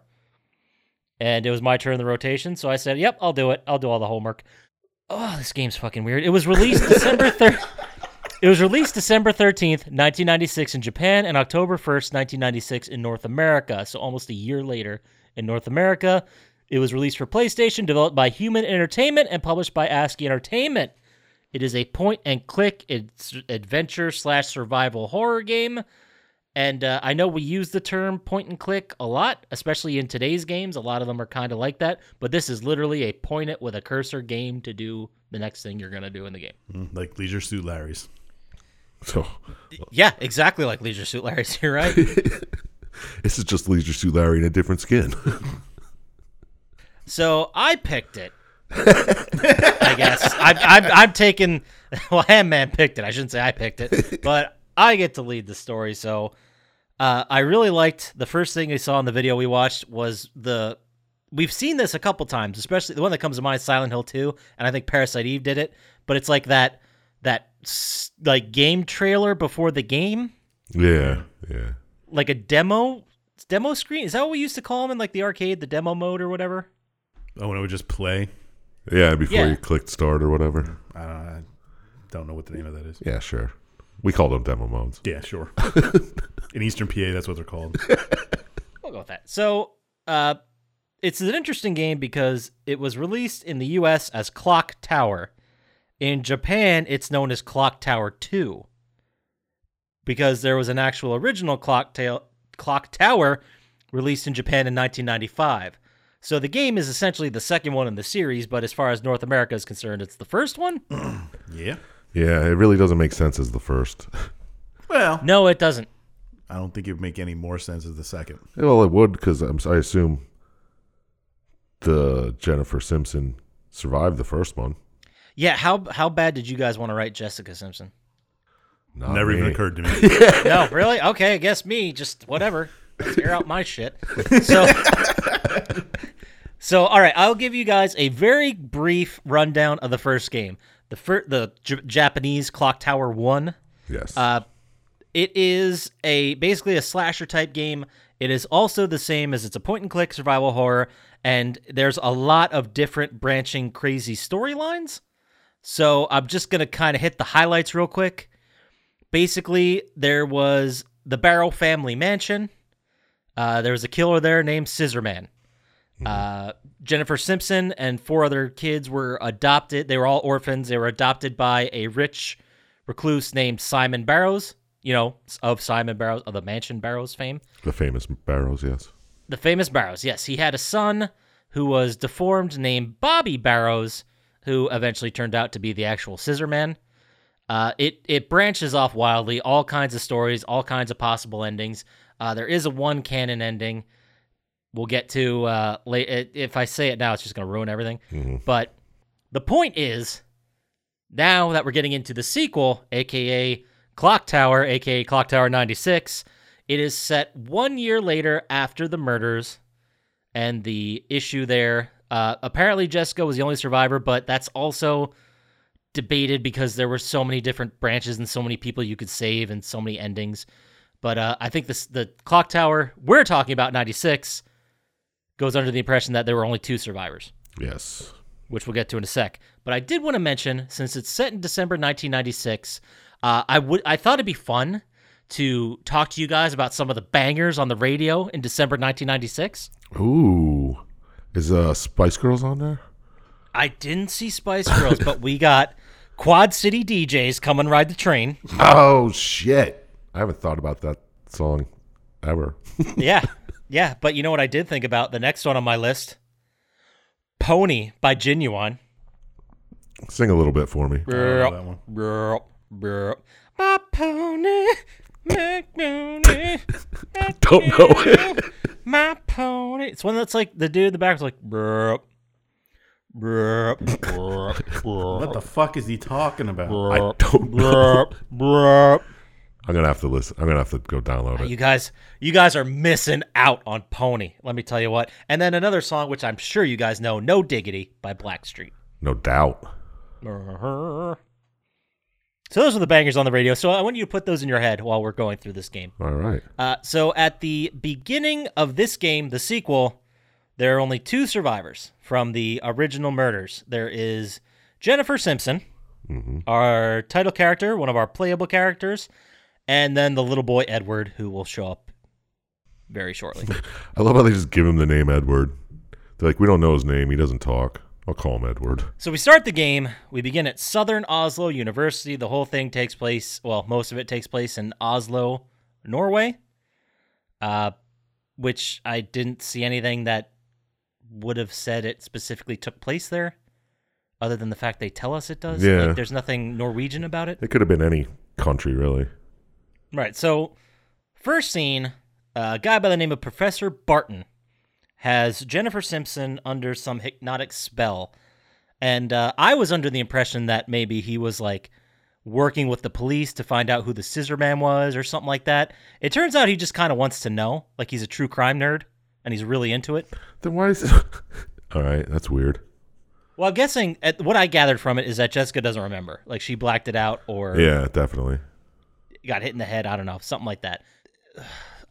D: And it was my turn in the rotation, so I said, "Yep, I'll do it. I'll do all the homework." Oh, this game's fucking weird. It was released December third. It was released December 13th, 1996 in Japan and October 1st, 1996 in North America. So almost a year later in North America. It was released for PlayStation, developed by Human Entertainment and published by ASCII Entertainment. It is a point and click it's adventure slash survival horror game. And uh, I know we use the term point and click a lot, especially in today's games. A lot of them are kind of like that, but this is literally a point it with a cursor game to do the next thing you're going to do in the game.
C: Mm, Like Leisure Suit Larry's.
B: So
D: Yeah, exactly like Leisure Suit Larry's. You're right.
B: this is just Leisure Suit Larry in a different skin.
D: So I picked it. I guess I'm, I'm, I'm taking. Well, Handman picked it. I shouldn't say I picked it, but I get to lead the story. So Uh, I really liked the first thing we saw in the video we watched was the. We've seen this a couple times, especially the one that comes to mind, is Silent Hill Two, and I think Parasite Eve did it. But it's like that that s- like game trailer before the game,
B: Yeah, yeah.
D: like a demo demo screen. Is that what we used to call them in like the arcade, the demo mode or whatever?
C: Oh, when it would just play.
B: Yeah, before
D: Yeah.
B: you clicked start or whatever.
C: I don't know. I don't know what the name of that is.
B: Yeah, sure. We call them demo modes.
C: Yeah, sure. In Eastern PA, that's what they're called.
D: We'll go with that. So, uh, it's an interesting game because it was released in the U.S. as Clock Tower. In Japan, it's known as Clock Tower Two because there was an actual original Clock, ta- Clock Tower released in Japan in 1995. So the game is essentially the second one in the series, but as far as North America is concerned, it's the first one.
C: Yeah.
B: Yeah, it really doesn't make sense as the first.
C: Well,
D: No, it doesn't.
C: I don't think it would make any more sense as the second.
B: Well, it would because I'm. I assume the Jennifer Simpson survived the first one.
D: Yeah, how how bad did you guys want to write Jessica Simpson?
B: Not
C: Never even
B: me.
C: occurred to me.
D: No, really? Okay, I guess me. Just whatever. Tear out my shit. So, so all right. I'll give you guys a very brief rundown of the first game. The fir- the J- Japanese Clock Tower One.
B: Yes.
D: Uh, it is a basically a slasher type game. It is also the same as it's a point and click survival horror, and there's a lot of different branching crazy storylines. So I'm just gonna kind of hit the highlights real quick. Basically, there was the Barrow family mansion. Uh, there was a killer there named Scissorman. Uh, Jennifer Simpson and four other kids were adopted. They were all orphans. They were adopted by a rich recluse named Simon Barrows, you know, of Simon Barrows, of the Mansion Barrows fame.
B: the famous barrels. Yes.
D: The famous Barrows, yes. He had a son who was deformed named Bobby Barrows, who eventually turned out to be the actual Scissor Man. Uh, it, it branches off wildly, all kinds of stories, all kinds of possible endings. Uh, there is a one canon ending. We'll get to uh, late. If I say it now, it's just going to ruin everything. But the point is, now that we're getting into the sequel, aka Clock Tower, aka Clock Tower 96, it is set one year later after the murders and the issue there. Uh, apparently, Jessica was the only survivor, but that's also debated because there were so many different branches and so many people you could save and so many endings. But uh, I think this, the Clock Tower we're talking about, 96, goes under the impression that there were only two survivors
B: Yes.
D: which we'll get to in a sec. But I did want to mention, since it's set in December 1996, uh, I would I thought it'd be fun to talk to you guys about some of the bangers on the radio in December 1996.
B: Ooh, is uh Spice Girls on there?
D: I didn't see Spice Girls, but we got Quad City DJs come and ride the train.
B: Oh shit! I haven't thought about that song ever.
D: Yeah, yeah. But you know what I did think about the next one on my list, Pony by Genuine.
B: Sing a little bit for me.
C: know that one.
D: Burp, burp. My pony, my pony.
B: Don't know it.
D: My pony. It's one that's like the dude in the back is like, burp, burp, burp,
C: What the fuck is he talking about?
B: I don't know.
D: burp, burp.
B: I'm gonna have to listen. I'm gonna have to go download it.
D: You guys, you guys are missing out on Pony. Let me tell you what. And then another song which I'm sure you guys know, "No Diggity" by Blackstreet.
B: No doubt.
D: So those are the bangers on the radio. So I want you to put those in your head while we're going through this game.
B: All right.
D: Uh, so at the beginning of this game, the sequel, there are only two survivors from the original murders. There is Jennifer Simpson, our title character, one of our playable characters, and then the little boy Edward, who will show up very shortly.
B: I love how they just give him the name Edward. They're like, we don't know his name. He doesn't talk. I'll call him Edward.
D: So we start the game. We begin at Southern Oslo University. The whole thing takes place, well, most of it takes place in Oslo, Norway. Uh, which I didn't see anything that would have said it specifically took place there, other than the fact they tell us it does.
B: Yeah.
D: Like, there's nothing Norwegian about it.
B: It could have been any country, really.
D: Right. So, first scene, a guy by the name of Professor Barton has Jennifer Simpson under some hypnotic spell. And uh, I was under the impression that maybe he was like working with the police to find out who the scissor man was or something like that. It turns out he just kind of wants to know, like he's a true crime nerd and he's really into it.
B: Then why is All right, that's weird.
D: Well, I'm guessing at, what I gathered from it is that Jessica doesn't remember. Like she blacked it out or
B: Yeah, definitely.
D: got hit in the head. I don't know, something like that.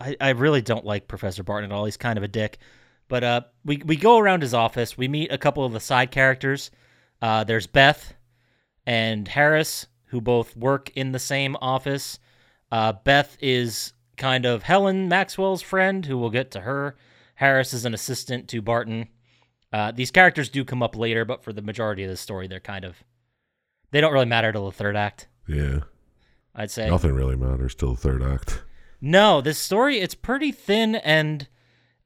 D: I, I really don't like Professor Barton at all. He's kind of a dick. But uh, we we go around his office. We meet a couple of the side characters. Uh, there's Beth and Harris, who both work in the same office. Uh, Beth is kind of Helen Maxwell's friend, who we'll get to her. Harris is an assistant to Barton. Uh, these characters do come up later, but for the majority of the story, they're kind of they don't really matter till the third act.
B: Yeah.
D: I'd say.
B: Nothing really matters till the third act.
D: No, this story it's pretty thin and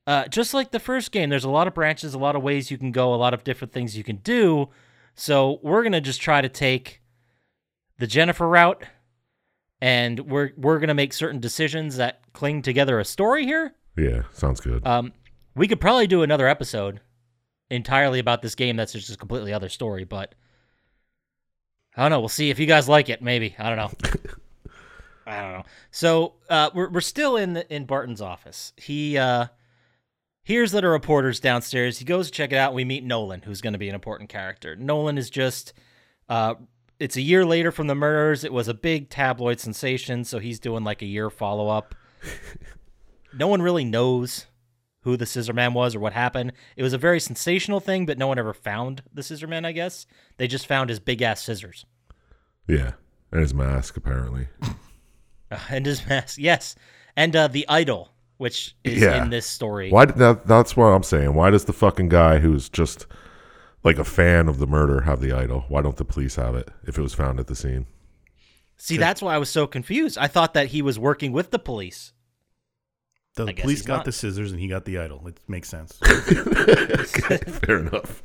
D: uh, just like the first game, there's a lot of branches, a lot of ways you can go, a lot of different things you can do. So we're gonna just try to take the Jennifer route, and we're we're gonna make certain decisions that cling together a story here.
B: Yeah, sounds good.
D: Um, we could probably do another episode entirely about this game. That's just a completely other story, but I don't know. We'll see if you guys like it. Maybe I don't know. I don't know. So uh, we're we're still in the, in Barton's office. He uh, hears that a reporter's downstairs. He goes to check it out. And we meet Nolan, who's going to be an important character. Nolan is just. Uh, it's a year later from the murders. It was a big tabloid sensation, so he's doing like a year follow up. no one really knows who the scissor man was or what happened. It was a very sensational thing, but no one ever found the scissor man, I guess. They just found his big ass scissors
B: yeah. And his mask apparently.
D: Uh, and his mask. Yes. And uh, the idol, which is
B: Yeah.
D: in this story.
B: Why did that that's what I'm saying. Why does the fucking guy who's just like a fan of the murder have the idol? Why don't the police have it if it was found at the scene?
D: See, that's why I was so confused. I thought that he was working with the police.
C: The
D: I guess
C: police
D: he's
C: got
D: not.
C: the scissors and he got the idol. It makes sense.
B: Fair enough.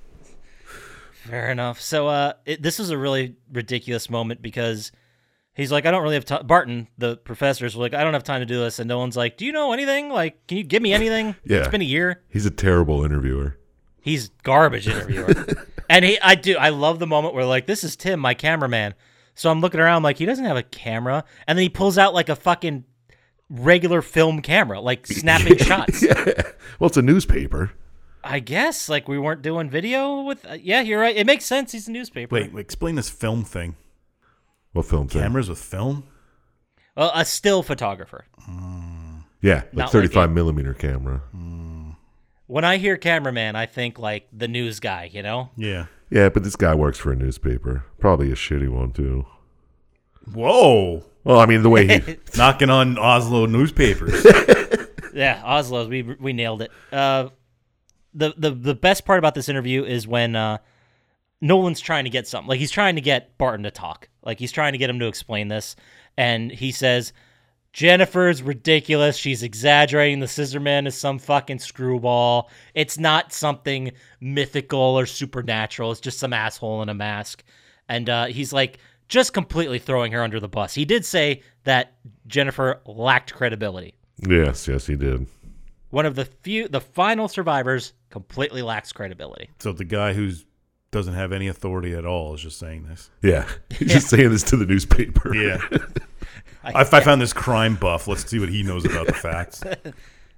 D: Fair enough. So uh, it, this is a really ridiculous moment because he's like, I don't really have time. Barton, the professor's like, I don't have time to do this. And Nolan's like, Do you know anything? Like, can you give me anything?
B: Yeah.
D: It's been a year.
B: He's a terrible interviewer.
D: He's garbage interviewer. and he I do I love the moment where like this is Tim, my cameraman. So I'm looking around like he doesn't have a camera and then he pulls out like a fucking regular film camera, like snapping shots.
B: Well, it's a newspaper.
D: I guess like we weren't doing video with uh, Yeah, you're right. It makes sense he's a newspaper.
C: Wait, wait, explain this film thing.
B: What film thing?
C: Cameras with film?
D: Well, a still photographer.
B: Yeah,
D: Not
B: like
D: like
B: 35 millimeter camera.
D: When I hear cameraman, I think like the news guy, you know?
C: Yeah.
B: Yeah, but this guy works for a newspaper. Probably a shitty one too.
C: Whoa.
B: Well, I mean the way he
C: Knocking on Oslo newspapers.
D: Yeah, Oslo's. We we nailed it. Uh, the the the best part about this interview is when uh, Nolan's trying to get something. Like he's trying to get Barton to talk. Like he's trying to get him to explain this, and he says. Jennifer's ridiculous. She's exaggerating. The scissor man is some fucking screwball. It's not something mythical or supernatural. It's just some asshole in a mask. And uh, he's like just completely throwing her under the bus. He did say that Jennifer lacked credibility
B: Yes, yes, he did.
D: one of the few the final survivors completely lacks credibility
C: so the guy who's doesn't have any authority at all is just saying this.
B: Yeah. He's just saying this to the newspaper.
C: Yeah. I, I found this crime buff. Let's see what he knows about the facts.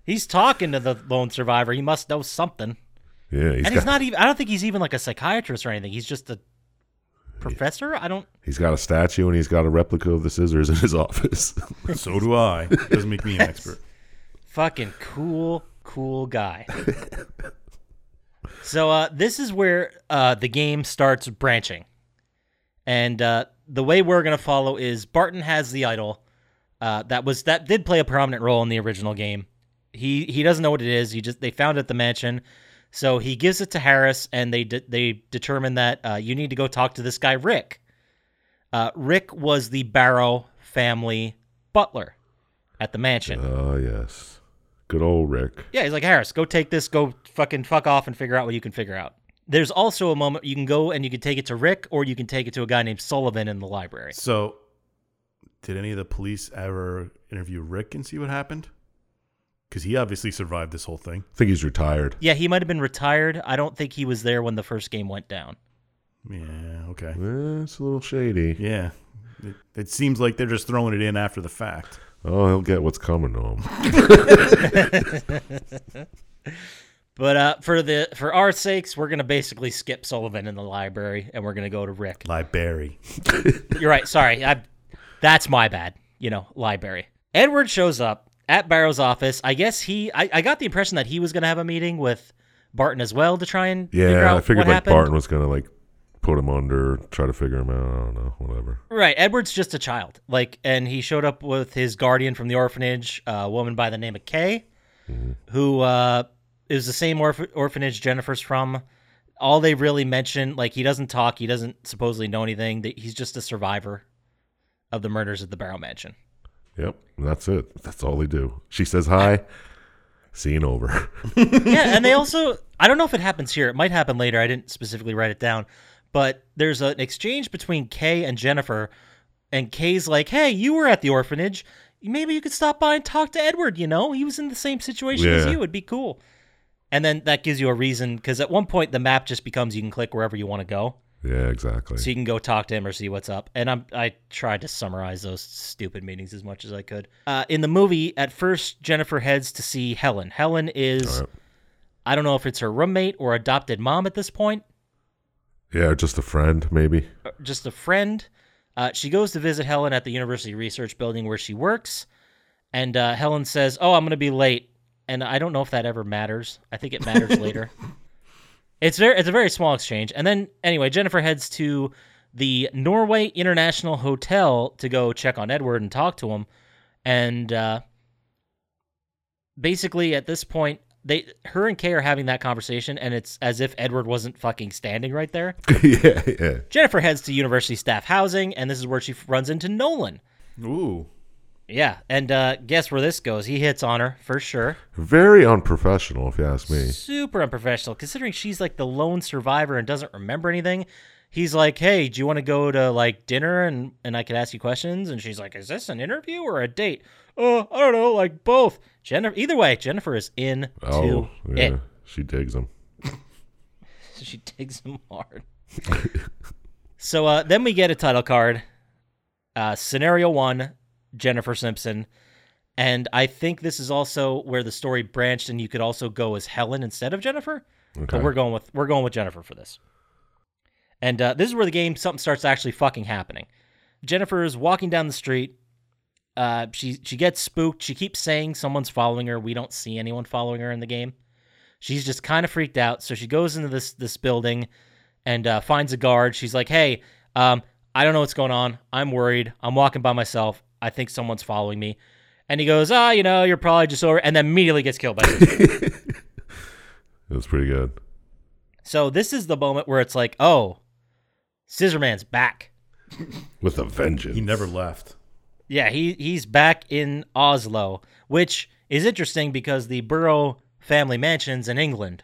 D: he's talking to the lone survivor he must know something
B: Yeah, he's
D: and he's
B: got
D: not even i don't think he's even like a psychiatrist or anything he's just a professor i don't
B: he's got a statue and he's got a replica of the scissors in his office.
C: So do I. Doesn't make me an expert.
D: fucking cool cool guy so uh, this is where uh, the game starts branching and uh, the way we're going to follow is barton has the idol uh, that was that did play a prominent role in the original game he he doesn't know what it is he just they found it at the mansion so he gives it to harris and they de- they determine that uh, you need to go talk to this guy rick uh, rick was the barrow family butler at the mansion
B: Oh, yes. Good old Rick.
D: yeah, he's like, Harris, go take this, go fucking fuck off and figure out what you can figure out. There's also a moment you can go and you can take it to Rick or you can take it to a guy named Sullivan in the library.
C: So, did any of the police ever interview Rick and see what happened? Because he obviously survived this whole thing.
B: I think he's retired.
D: Yeah, he might have been retired. I don't think he was there when the first game went down.
C: Yeah. Okay.
B: Eh, it's a little shady.
C: Yeah. It, it seems like they're just throwing it in after the fact.
B: Oh, he'll get what's coming to him.
D: But uh, for the for our sakes, we're gonna basically skip Sullivan in the library, and we're gonna go to Rick.
C: Liberi.
D: You're right. Sorry, I, that's my bad. You know, library. Edward shows up at Barrow's office. I guess he. I, I got the impression that he was gonna have a meeting with Barton as well to try and figure
B: Yeah,
D: out
B: I figured
D: what
B: like
D: happened.
B: Barton was gonna like put him under, try to figure him out. I don't know, whatever.
D: Right. Edward's just a child. Like, and he showed up with his guardian from the orphanage, uh, a woman by the name of Kay, who uh, is the same orph- orphanage Jennifer's from. All they really mention, like, he doesn't talk. He doesn't supposedly know anything. That he's just a survivor of the murders at the Barrow Mansion.
B: Yep, and that's it. That's all they do. She says hi. Scene over.
D: yeah, and they also I don't know if it happens here. It might happen later. I didn't specifically write it down, but there's an exchange between Kay and Jennifer, and Kay's like, "Hey, you were at the orphanage. Maybe you could stop by and talk to Edward. You know, he was in the same situation as
B: Yeah.
D: you. It'd be cool." And then that gives you a reason because at one point the map just becomes you can click wherever you want to go,
B: yeah, exactly.
D: so you can go talk to him or see what's up. And I'm I tried to summarize those stupid meetings as much as I could. Uh, in the movie, at first Jennifer heads to see Helen. Helen is.
B: All right.
D: I don't know if it's her roommate or adopted mom at this point,
B: Yeah, just a friend, maybe.
D: or just a friend. Uh, she goes to visit Helen at the university research building where she works, and uh, Helen says, "Oh, I'm going to be late," and I don't know if that ever matters. I think it matters later. It's very it's a very small exchange, and then anyway, Jennifer heads to the Norway International Hotel to go check on Edward and talk to him, and uh, basically at this point. They, her and Kay are having that conversation, and it's as if Edward wasn't fucking standing right there.
B: yeah, yeah.
D: Jennifer heads to university staff housing, and this is where she f- runs into Nolan.
C: Ooh.
D: Yeah, and uh, guess where this goes? He hits on her for sure.
B: Very unprofessional, if you ask me.
D: Super unprofessional, considering she's like the lone survivor and doesn't remember anything. He's like, "Hey, do you want to go to like dinner and and I could ask you questions?" And she's like, "Is this an interview or a date?" Oh, I don't know, like both. Jennifer, either way, Jennifer is in
B: Oh,
D: to
B: yeah.
D: it.
B: She digs him.
D: So she takes him hard. so uh, then we get a title card. Uh, scenario one, Jennifer Simpson. And I think this is also where the story branched and you could also go as Helen instead of Jennifer. But
B: Okay.
D: we're going with we're going with Jennifer for this. And uh, this is where the game something starts actually fucking happening. Jennifer is walking down the street. Uh, she she gets spooked. She keeps saying someone's following her. We don't see anyone following her in the game. She's just kind of freaked out. So she goes into this this building and uh, finds a guard. She's like, "Hey, um, I don't know what's going on. I'm worried. I'm walking by myself. I think someone's following me." And he goes, "Ah, you know, you're probably just over," and then immediately gets killed by. this.
B: It was pretty good.
D: so this is the moment where it's like, "Oh, Scissorman's back."
B: With a vengeance.
C: He never left.
D: Yeah, he he's back in Oslo, which is interesting because the Burrow family mansions in England.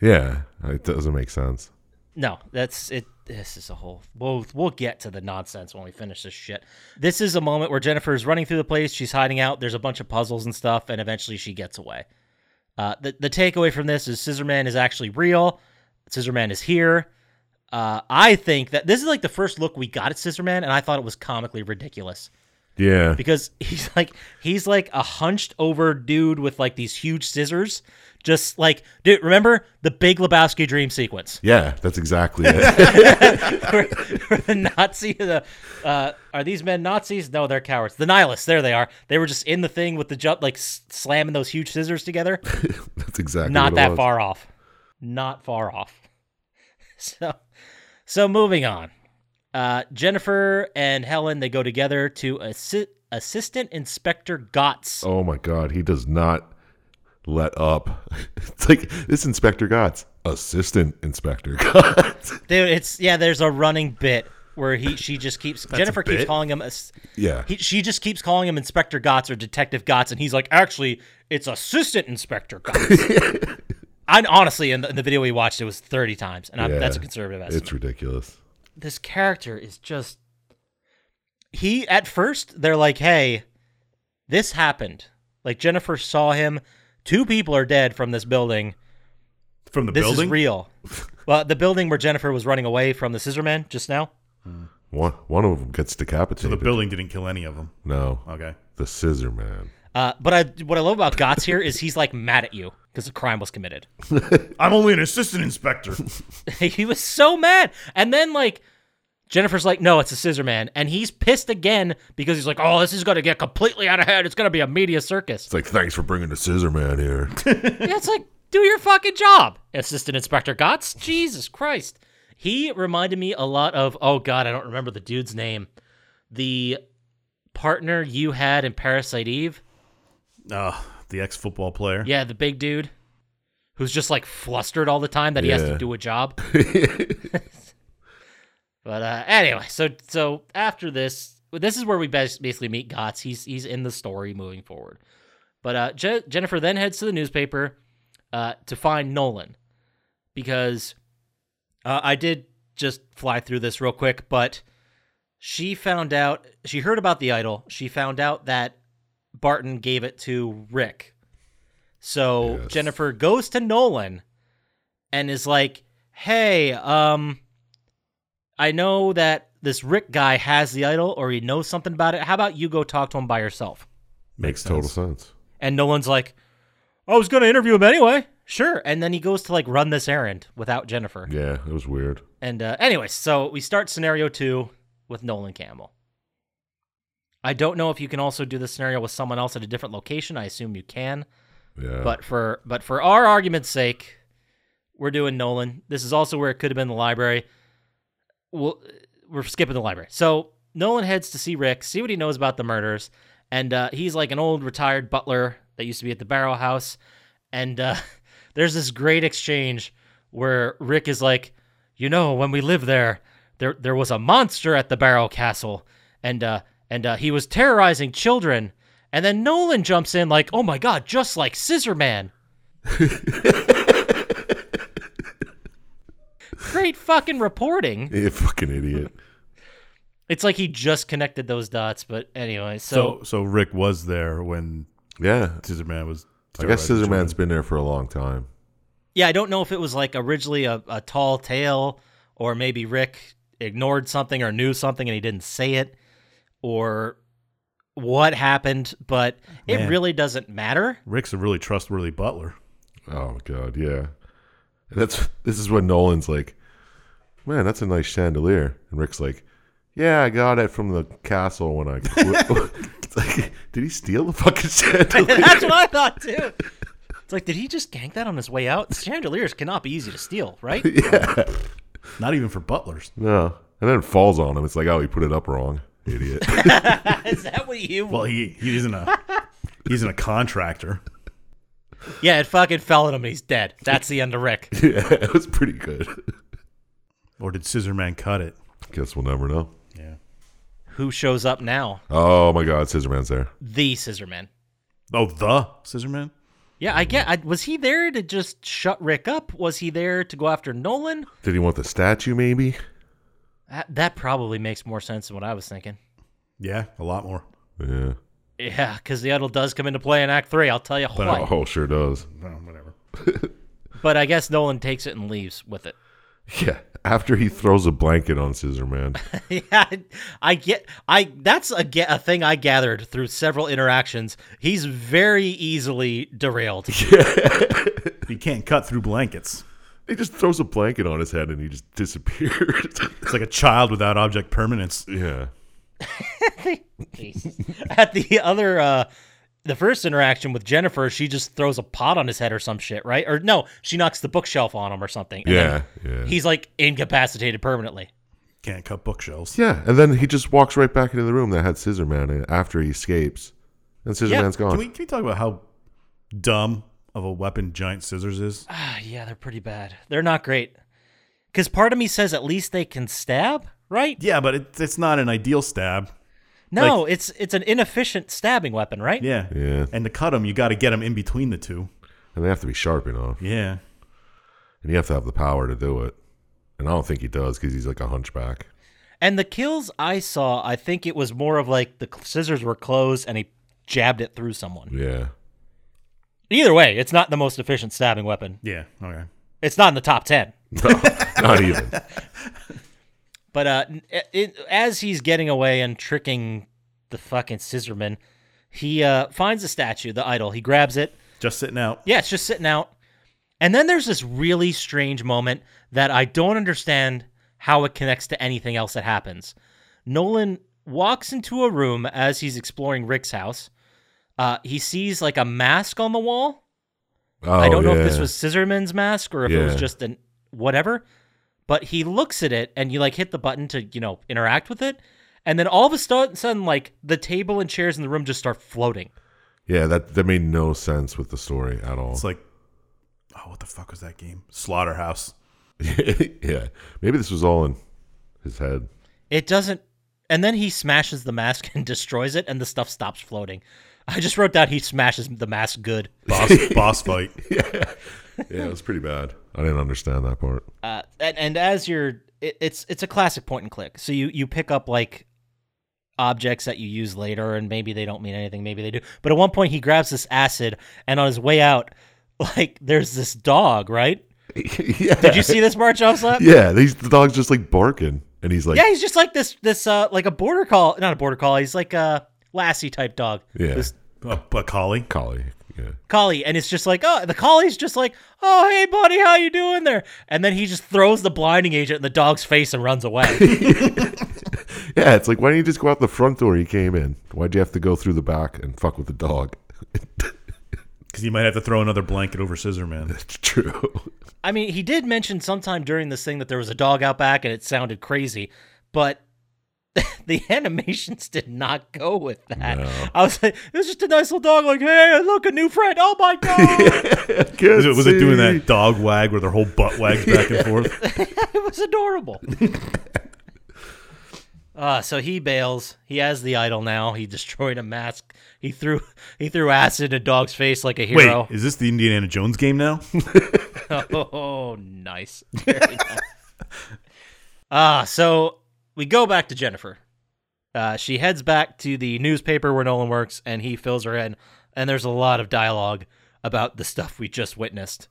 B: Yeah, it doesn't make sense.
D: No, that's it. This is a whole. We'll we'll get to the nonsense when we finish this shit. This is a moment where Jennifer is running through the place. She's hiding out. There's a bunch of puzzles and stuff, and eventually she gets away. Uh, the the takeaway from this is Scissorman is actually real. Scissorman is here. Uh, I think that this is like the first look we got at Scissorman, and I thought it was comically ridiculous.
B: Yeah.
D: because he's like he's like a hunched over dude with like these huge scissors just like dude remember the big lebowski dream sequence
B: Yeah, that's exactly it.
D: where, where the nazi the uh are these men nazis no they're cowards the nihilists there they are they were just in the thing with the jump like s- slamming those huge scissors together
B: that's exactly
D: not
B: what it
D: that
B: was.
D: far off not far off so so moving on uh jennifer and helen they go together to assi- assistant inspector gotts
B: Oh my god, he does not let up. It's like this Inspector Gotts, Assistant Inspector Gotts.
D: Dude, it's yeah. There's a running bit where he she just keeps Jennifer keeps
C: bit?
D: calling him. A, s-
B: yeah.
D: he, she just keeps calling him Inspector Gotts or Detective Gotts, and he's like, actually, it's Assistant Inspector Gotts. I honestly, in the, in the video we watched, it was 30 times, and I'm,
B: Yeah.
D: that's a conservative estimate
B: it's ridiculous.
D: this character is just he at first they're like hey this happened like jennifer saw him two people are dead from this building
C: From the
D: this
C: building?
D: is real well the building where jennifer was running away from the scissor man just now
B: One one of them gets
C: So
B: decapitated.
C: the building didn't kill any of them.
B: no,
C: Okay.
B: the Scissor Man.
D: Uh, but I, what I love about Gotts here is he's like mad at you because a crime was committed.
C: I'm only an assistant inspector.
D: he was so mad. And then like Jennifer's like, no, it's a scissor man. And he's pissed again because he's like, oh, this is gonna get completely out of hand. It's gonna be a media circus.
B: It's like thanks for bringing the Scissor Man here.
D: yeah, it's like, do your fucking job, Assistant Inspector Gotts. Jesus Christ. He reminded me a lot of oh god, I don't remember the dude's name. The partner you had in Parasite Eve.
C: Uh, the ex football player.
D: Yeah, the big dude who's just like flustered all the time that he has
B: Yeah.
D: to do a job. but uh, anyway, so so after this, this is where we bas- basically meet Gotts. He's he's in the story moving forward. But uh, Je- Jennifer then heads to the newspaper uh, to find Nolan because uh, I did just fly through this real quick, but she found out she heard about the idol. She found out that Barton gave it to Rick. So
B: Yes.
D: Jennifer goes to Nolan and is like, "Hey, um I know that this Rick guy has the idol or he knows something about it. How about you go talk to him by yourself?"
B: Makes total sense.
D: And Nolan's like, I was going to interview him anyway. Sure. And then he goes to like run this errand without Jennifer.
B: Yeah, it was weird.
D: And uh, anyway, so we start scenario two with Nolan Campbell. I don't know if you can also do the scenario with someone else at a different location. I assume you can,
B: Yeah,
D: but for but for our argument's sake, we're doing Nolan. This is also where it could have been the library. We'll, we're skipping the library. So Nolan heads to see Rick, see what he knows about the murders, and uh, he's like an old retired butler that used to be at the Barrel House, and uh, there's this great exchange where Rick is like, you know, when we lived there, there there was a monster at the Barrel Castle, and uh, and uh, he was terrorizing children. And then Nolan jumps in like, oh my god, just like Scissor Man. Great fucking reporting.
B: you fucking idiot.
D: It's like he just connected those dots, but anyway, so,
C: So so Rick was there when
B: Yeah,
C: Scissor Man was.
B: I
C: terrorizing
B: guess Scissor Man's been there for a long time.
D: yeah, I don't know if it was like originally a, a tall tale or maybe Rick ignored something or knew something and he didn't say it or what happened, but it
C: Man.
D: really doesn't matter.
C: children. Rick's a really trustworthy butler.
B: Oh my god, yeah. And that's this is when Nolan's like, "Man, that's a nice chandelier," and Rick's like, "Yeah, I got it from the castle when I." quit." it's like, did he steal the fucking chandelier?
D: That's what I thought too. It's like, did he just gank that on his way out? Chandeliers cannot be easy to steal, right?
C: Not even for butlers.
B: no, and then it falls on him. It's like, oh, he put it up wrong, idiot.
D: Is that what you?
C: Well, he he isn't a he's in a contractor.
D: yeah, it fucking fell on him and he's dead. That's the end of Rick.
B: yeah, it was pretty good.
C: Or did Scissor Man cut it?
B: Guess we'll never know.
C: Yeah.
D: Who shows up now?
B: Oh my god, Scissor Man's there.
D: The Scissorman.
C: Oh, the Scissor Man.
D: Yeah, I get. I, was he there to just shut Rick up? Was he there to go after Nolan?
B: Did he want the statue? Maybe.
D: That, that probably makes more sense than what I was thinking.
C: Yeah, a lot more.
B: Yeah.
D: Yeah, because the idol does come into play in Act Three. I'll tell you what.
B: Oh, sure does.
C: No, whatever.
D: But I guess Nolan takes it and leaves with it.
B: Yeah. After he throws a blanket on Scissor Man.
D: yeah, I- I get. I that's a ge- a thing I gathered through several interactions. He's very easily derailed.
C: He can't cut through blankets.
B: He just throws a blanket on his head and he just disappears.
C: It's like a child without object permanence.
B: yeah.
D: Jesus. At the other, uh, the first interaction with Jennifer, she just throws a pot on his head or some shit, right? Or no, she knocks the bookshelf on him or something. and
B: Yeah.
D: then
B: Yeah.
D: He's like incapacitated permanently.
C: Can't cut bookshelves.
B: yeah. And then he just walks right back into the room that had Scissor Man in it after he escapes. And Scissor
D: Yeah.
B: Man's gone.
C: Can we, can we talk about how dumb of a weapon giant scissors is?
D: Ah, yeah, they're pretty bad. They're not great. Because part of me says at least they can stab, right?
C: Yeah, but it, it's not an ideal stab.
D: No, it's it's an inefficient stabbing weapon, right?
C: Yeah.
B: Yeah.
C: And to cut them, you got to get them in between the two.
B: and they have to be sharp enough.
C: Yeah.
B: And you have to have the power to do it. And I don't think he does because he's like a hunchback.
D: And the kills I saw, I think it was more of like the scissors were closed and he jabbed it through someone.
B: Yeah.
D: Either way, it's not the most efficient stabbing weapon.
C: Yeah. Okay.
D: It's not in the top 10.
B: Not even.
D: But uh, n- it, as he's getting away and tricking the fucking scissorman, he uh, finds a statue, the idol. He grabs it.
C: Just sitting out.
D: Yeah, it's just sitting out. And then there's this really strange moment that I don't understand how it connects to anything else that happens. Nolan walks into a room as he's exploring Rick's house. Uh, he sees like a mask on the wall.
B: Oh,
D: I don't know if this
B: yeah.
D: was Scissorman's mask or if it was
B: Yeah.
D: just an whatever. But he looks at it and you like hit the button to, you know, interact with it. And then all of a stu- sudden, like the table and chairs in the room just start floating.
B: Yeah, that that made no sense with the story at all.
C: It's like, oh, what the fuck was that game? Slaughterhouse.
B: yeah, maybe this was all in his head.
D: It doesn't. And then he smashes the mask and destroys it, and the stuff stops floating. I just wrote down he smashes the mask good.
C: Boss, boss fight.
B: Yeah, it was pretty bad. I didn't understand that part.
D: Uh, and, and as you're, it, it's it's a classic point and click. So you you pick up like objects that you use later, and maybe they don't mean anything, maybe they do. But at one point, he grabs this acid, and on his way out, like there's this dog. Right?
B: yeah,
D: Did you see this march off slap?
B: yeah, these the dog's just like barking, and he's like,
D: Yeah, he's just like this this uh like a border call, not a border call. He's like a lassie type dog.
B: yeah,
D: This
C: A, a collie.
B: collie. Yeah,
D: collie and it's just like oh the collie's just like oh hey buddy how you doing there and then he just throws the blinding agent in the dog's face and runs away
B: yeah. It's like, why didn't you just go out the front door? He came in. Why'd you have to go through the back and fuck with the dog?
C: Because you might have to throw another blanket over Scissor Man.
B: It's true.
D: i mean he did mention sometime during this thing that there was a dog out back and it sounded crazy but the animations did not go with that i was like it was just a nice little dog like hey look a new friend oh my god
C: Was it, was it doing that dog wag where their whole butt wags back and forth?
D: it was adorable Uh, so he bails. He has the idol now. He destroyed a mask. He threw he threw acid in a dog's face like a hero.
C: Wait, is this the Indiana Jones game now?
D: Oh, nice. Very nice. Ah, so we go back to Jennifer. Uh, she heads back to the newspaper where Nolan works, and he fills her in. And there's a lot of dialogue about the stuff we just witnessed,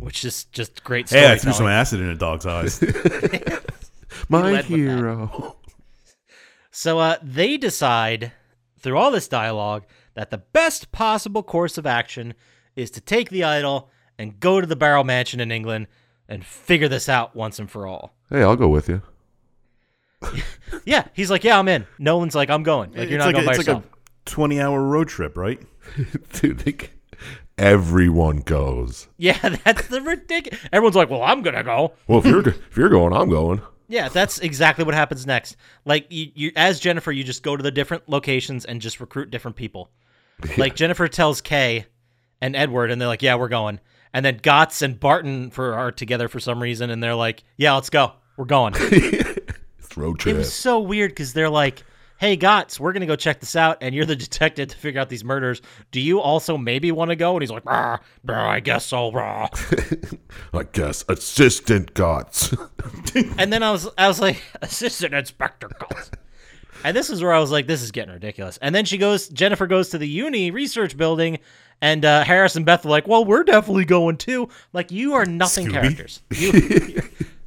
D: which is just great
C: hey, I
D: storytelling.
C: threw some acid in a dog's eyes.
B: My
D: led with that.
B: hero.
D: So uh, they decide through all this dialogue that the best possible course of action is to take the idol and go to the Barrel Mansion in England and figure this out once and for all.
B: Hey, I'll go with you.
D: Yeah, he's like, yeah, I'm in. Nolan's like, I'm going. Like, you're not
C: it's
D: going
C: like a, it's
D: by
C: like
D: yourself.
C: a 20 hour road trip, right?
B: Dude, they, g- everyone goes.
D: yeah, that's the ridiculous. Everyone's like, well, I'm gonna go.
B: Well, if you're g- if you're going, I'm going.
D: Yeah, that's exactly what happens next. Like, you, you as Jennifer, you just go to the different locations and just recruit different people. Like Jennifer tells Kay and Edward, and they're like, yeah, we're going. And then Gotts and Barton for are together for some reason, and they're like, yeah, let's go. We're going.
B: It's road
D: It
B: trip.
D: was so weird because they're like, "Hey, Gotts, we're gonna go check this out, and you're the detective to figure out these murders. Do you also maybe want to go?" And he's like, "Brr, brr, I guess so, brr."
B: I guess assistant gods.
D: and then I was, I was like, "Assistant Inspector Gotts." and this is where I was like, "This is getting ridiculous." And then she goes, Jennifer goes to the uni research building, and uh, Harris and Beth are like, "Well, we're definitely going too." Like, you are nothing
C: Scooby.
D: characters. You,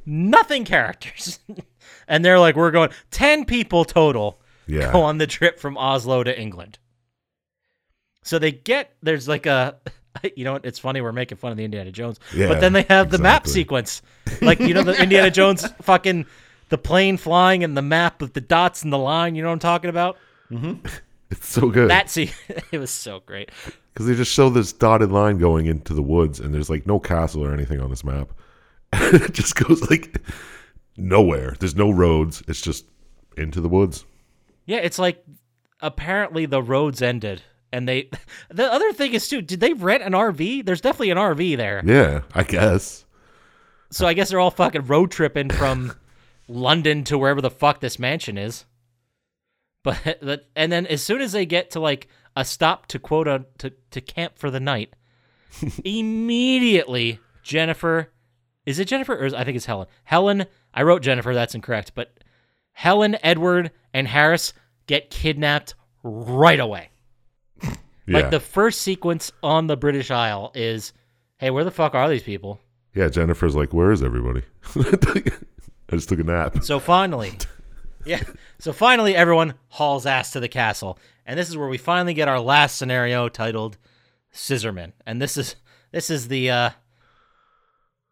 D: nothing characters. and they're like, "We're going ten people total."
B: yeah.
D: go on the trip from Oslo to England. So they get there's like a you know what, it's funny we're making fun of the Indiana Jones,
B: Yeah,
D: but then they have the map
B: exactly.
D: sequence, like you know the Indiana Jones fucking the plane flying and the map with the dots and the line. You know what I'm talking about?
B: It's so good.
D: That see, it was so great.
B: Because they just show this dotted line going into the woods, and there's like no castle or anything on this map. it just goes like nowhere. There's no roads. It's just into the woods.
D: Yeah, it's like apparently the roads ended. And they, the other thing is too, did they rent an RV? There's definitely an RV there.
B: Yeah, I guess.
D: So I guess they're all fucking road tripping from London to wherever the fuck this mansion is. But but- and then as soon as they get to like a stop to quota to to camp for the night, immediately Jennifer, is it Jennifer or is, I think it's Helen? Helen, I wrote Jennifer, that's incorrect, but Helen, Edward, and Harris get kidnapped right away.
B: Yeah.
D: Like the first sequence on the British Isle is, hey, where the fuck are these people?
B: yeah, Jennifer's like, where is everybody? I just took a nap.
D: So finally, yeah. So finally, everyone hauls ass to the castle, and this is where we finally get our last scenario titled "Scissorman," and this is this is the uh,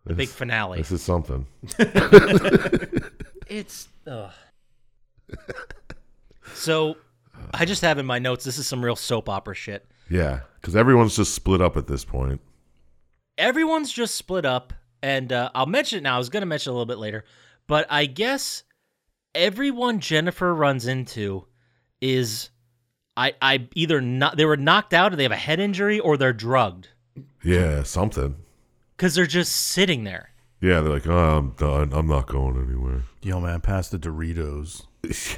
B: The
D: big finale.
B: This is something.
D: It's ugh. so. I just have in my notes. This is some real soap opera shit.
B: Yeah, because everyone's just split up at this point.
D: everyone's just split up and uh, i'll mention it now i was going to mention it a little bit later but i guess everyone jennifer runs into is i i either not they were knocked out or they have a head injury or they're drugged
B: Yeah, something.
D: because they're just sitting there
B: Yeah, they're like, oh, I'm done. I'm not going anywhere.
C: Yo, man, pass the Doritos.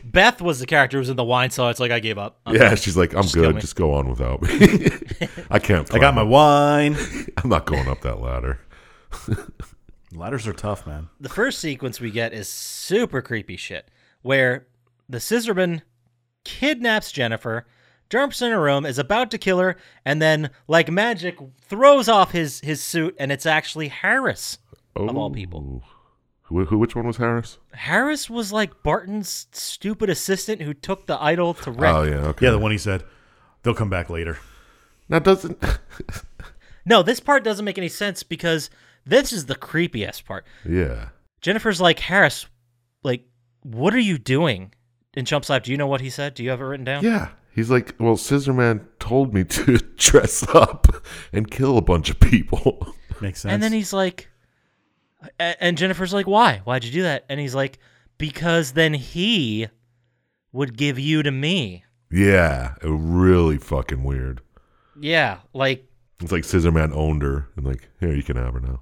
D: beth was the character who was in the wine cellar it's like i gave up I'm
B: yeah,
D: done.
B: she's like, I'm
D: Uh-huh. Just kill
B: good.
D: me.
B: Just go on without me. I can't.
C: I got my wine.
B: I'm not going up that ladder.
C: Ladders are tough, man.
D: the first sequence we get is super creepy shit where the scissorman kidnaps jennifer jumps in a room is about to kill her and then like magic throws off his his suit and it's actually harris
B: Oh.
D: all people.
B: Who, who, which one was Harris?
D: harris was like barton's stupid assistant who took the idol to rick
B: Oh yeah, okay.
C: Yeah, the one he said, they'll come back later.
B: Now doesn't
D: no this part doesn't make any sense because this is the creepiest part
B: yeah.
D: jennifer's like harris like what are you doing in chump slap do you know what he said do you have it written down
B: Yeah. He's like, well, Scissorman told me to dress up and kill a bunch of people.
C: Makes sense.
D: And then he's like, a- and Jennifer's like, why? Why'd you do that? And he's like, because then he would give you to me.
B: yeah, really fucking weird.
D: Yeah. Like,
B: It's like Scissorman owned her and like, here you can have her now.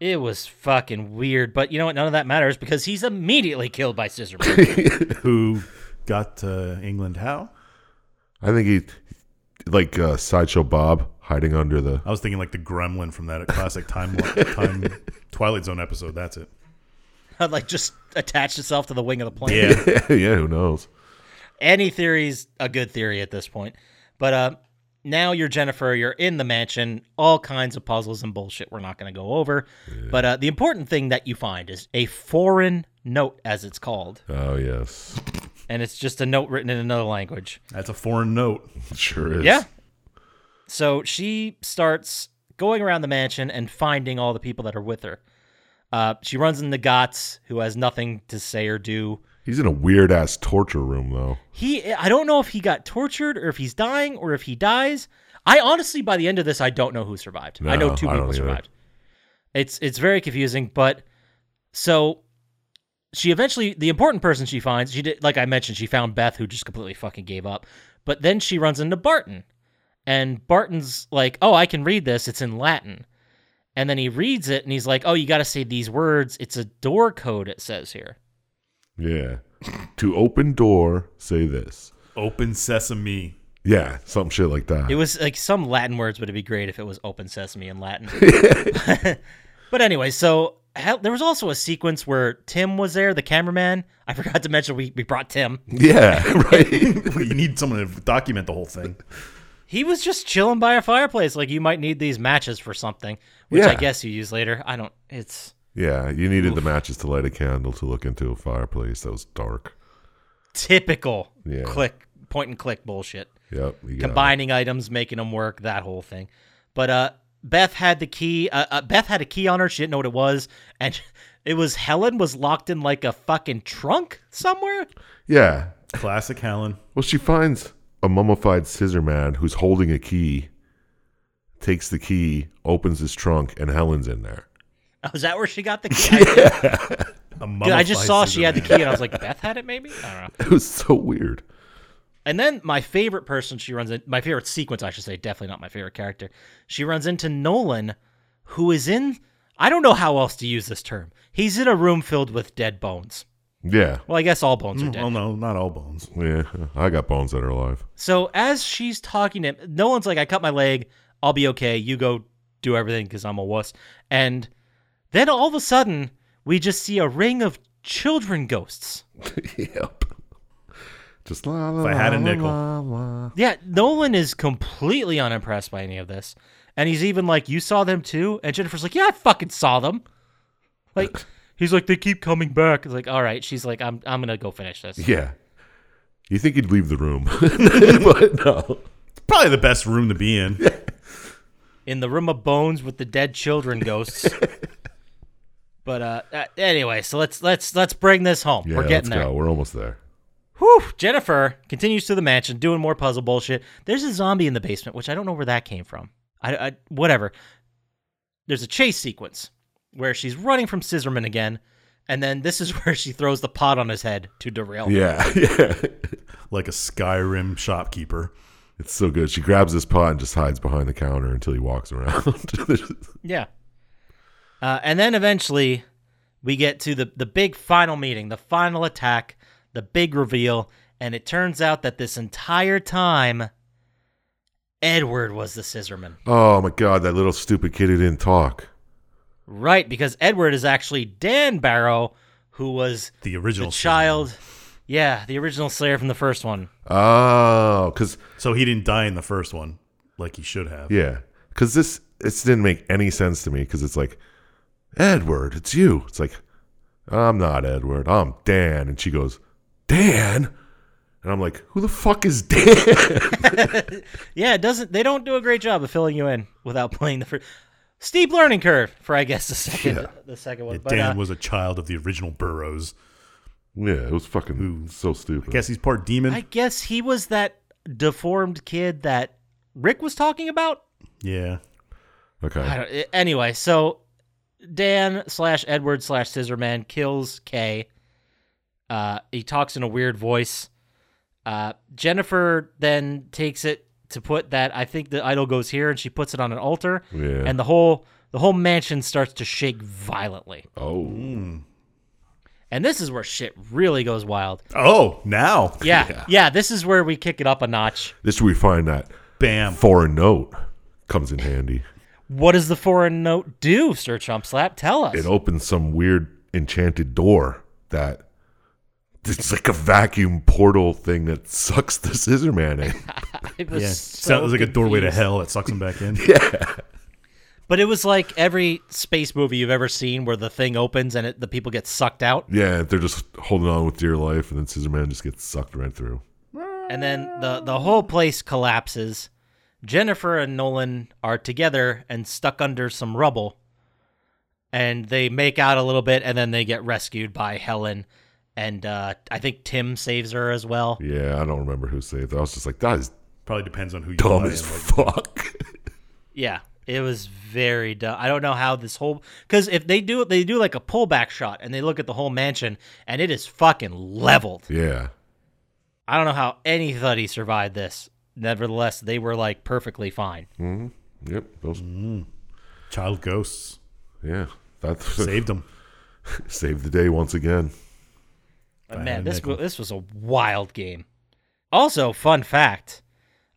D: it was fucking weird. But you know what? None of that matters because he's immediately killed by Scissorman.
C: who got to England? How?
B: I think he, like uh, sideshow Bob hiding under the.
C: I was thinking like the gremlin from that classic time, time Twilight Zone episode. That's it.
D: like, just attached itself to the wing of the plane.
C: Yeah.
B: yeah, who knows?
D: Any theory's a good theory at this point. But uh, now you're Jennifer. You're in the mansion. All kinds of puzzles and bullshit we're not going to go over. But uh, the important thing that you find is a foreign note, as it's called.
B: Oh yes,
D: and it's just a note written in another language.
C: That's a foreign note.
B: sure is.
D: Yeah. So she starts going around the mansion and finding all the people that are with her. Uh, she runs into Gotts, who has nothing to say or do.
B: he's in a weird ass torture room though.
D: He, I don't know if he got tortured or if he's dying or if he dies. I honestly, by the end of this, I don't know who survived. I know
B: No,
D: two
B: I don't
D: people
B: either.
D: survived. It's it's very confusing, but so she eventually the important person she finds she did like I mentioned she found Beth who just completely fucking gave up, but then she runs into Barton, and Barton's like, oh I can read this, it's in Latin, and then he reads it and he's like, oh you got to say these words, it's a door code it says here.
B: Yeah, to open door, say this.
C: Open sesame.
B: Yeah, some shit like that.
D: It was like some Latin words would it be great if it was open sesame in Latin. but anyway, so hell, there was also a sequence where Tim was there, the cameraman. I forgot to mention we, we brought Tim.
B: yeah, right.
C: you need someone to document the whole thing.
D: He was just chilling by a fireplace, like you might need these matches for something, which I
B: Yeah.
D: guess you use later. I don't. It's
B: yeah, you needed the matches to light a candle to look into a fireplace that was dark.
D: typical
B: Yeah.
D: click point and click bullshit.
B: Yep. you got it.
D: combining items, making them work, that whole thing. But uh, Beth had the key. Uh, uh, Beth had a key on her. She didn't know what it was, and it was Helen was locked in like a fucking trunk somewhere.
B: Yeah.
C: Classic Helen.
B: Well, she finds a mummified scissor man who's holding a key, takes the key, opens his trunk, and Helen's in there.
D: Oh, is that where she got the key? I,
C: A
D: dude, I just
C: mummified
D: saw she
C: Scissorman.
D: had the key, and I was like, Beth had it maybe. I don't know.
B: It was so weird.
D: And then my favorite person she runs in, my favorite sequence, I should say, definitely not my favorite character. She runs into Nolan, who is in. I don't know how else to use this term. He's in a room filled with dead bones.
B: Yeah.
D: Well, I guess all bones are dead.
C: Well, no, not all bones.
B: Yeah. I got bones that are alive.
D: So as she's talking to him, no one's like, I cut my leg. I'll be okay. You go do everything because I'm a wuss. And then all of a sudden, we just see a ring of children ghosts.
B: yep. Just la la.
C: If I had a
B: la,
C: nickel.
B: la, la.
D: Yeah, Nolan is completely unimpressed by any of this. And he's even like, You saw them too? And Jennifer's like, Yeah, I fucking saw them. Like, He's like, they keep coming back. It's like, all right. She's like, I'm, I'm gonna go finish this.
B: Yeah. You think he'd leave the room, but no.
C: Probably the best room to be in.
D: in the room of bones with the dead children ghosts. but uh, uh, anyway, so let's let's let's bring this home.
B: Yeah,
D: We're
B: let's
D: getting there.
B: go. We're almost there.
D: Whew. Jennifer continues to the mansion, doing more puzzle bullshit. There's a zombie in the basement, which I don't know where that came from. I, I whatever. There's a chase sequence where she's running from Scissorman again, and then this is where she throws the pot on his head to derail. him.
B: Yeah, yeah.
C: like a Skyrim shopkeeper.
B: It's so good. She grabs his pot and just hides behind the counter until he walks around.
D: Yeah. Uh, and then eventually we get to the, the big final meeting, the final attack, the big reveal. And it turns out that this entire time, Edward was the scissorman.
B: oh my god, that little stupid kid who didn't talk.
D: Right, because Edward is actually Dan Barrow, who was
C: The
D: the
C: original
D: child. Yeah, the original Slayer from the first one.
B: Oh, because
C: Scissorman. So he didn't die in the first one, like he should have.
B: yeah, because this this didn't make any sense to me. Because it's like Edward, it's you. It's like I'm not Edward. I'm Dan. And she goes Dan, and I'm like, who the fuck is Dan?
D: Yeah, it doesn't they don't do a great job of filling you in without playing the first steep learning curve for I guess the second the second one.
C: Yeah,
D: But,
C: Dan
D: uh,
C: was a child of the original Burrows.
B: yeah, it was fucking so stupid.
C: I guess he's part demon.
D: I guess he was that deformed kid that Rick was talking about.
C: yeah.
B: okay,
D: I don't, eh, anyway, so Dan slash Edward slash Scissorman kills Kay. Uh, he talks in a weird voice. Uh, Jennifer then takes it to put that I think the idol goes here, and she puts it on an altar,
B: Yeah.
D: and the whole the whole mansion starts to shake violently.
B: oh.
D: And this is where shit really goes wild.
C: Oh, now.
D: Yeah, yeah. this is where we kick it up a notch.
B: This is where we find that
C: Bam.
B: foreign note comes in handy.
D: What does the foreign note do, Sir Chump Slap? Tell us.
B: It opens some weird enchanted door that it's like a vacuum portal thing that sucks the scissor man in.
D: It was
C: Yeah.
D: so
C: Sounds like a doorway to
D: confused.
C: hell that sucks him back in.
D: But it was like every space movie you've ever seen where the thing opens and it, the people get sucked out,
B: yeah, they're just holding on with dear life, and then scissor man just gets sucked right through.
D: and then the the whole place collapses. Jennifer and Nolan are together and stuck under some rubble, and they make out a little bit, and then they get rescued by Helen, and uh, I think Tim saves her as well.
B: Yeah, I don't remember who saved it. I was just like, that is
C: Probably depends on who you
B: dumb
C: buy
B: as
C: in, like-
B: fuck.
D: Yeah, it was very dumb. I don't know how this whole because if they do they do like a pullback shot and they look at the whole mansion and it is fucking leveled.
B: yeah.
D: I don't know how anybody survived this. Nevertheless, they were like perfectly fine.
B: Yep. Those,
C: Child ghosts.
B: Yeah. That saved.
C: Saved him.
B: the day once again.
D: But man, this
C: nickel.
D: wa- this was a wild game. Also, fun fact: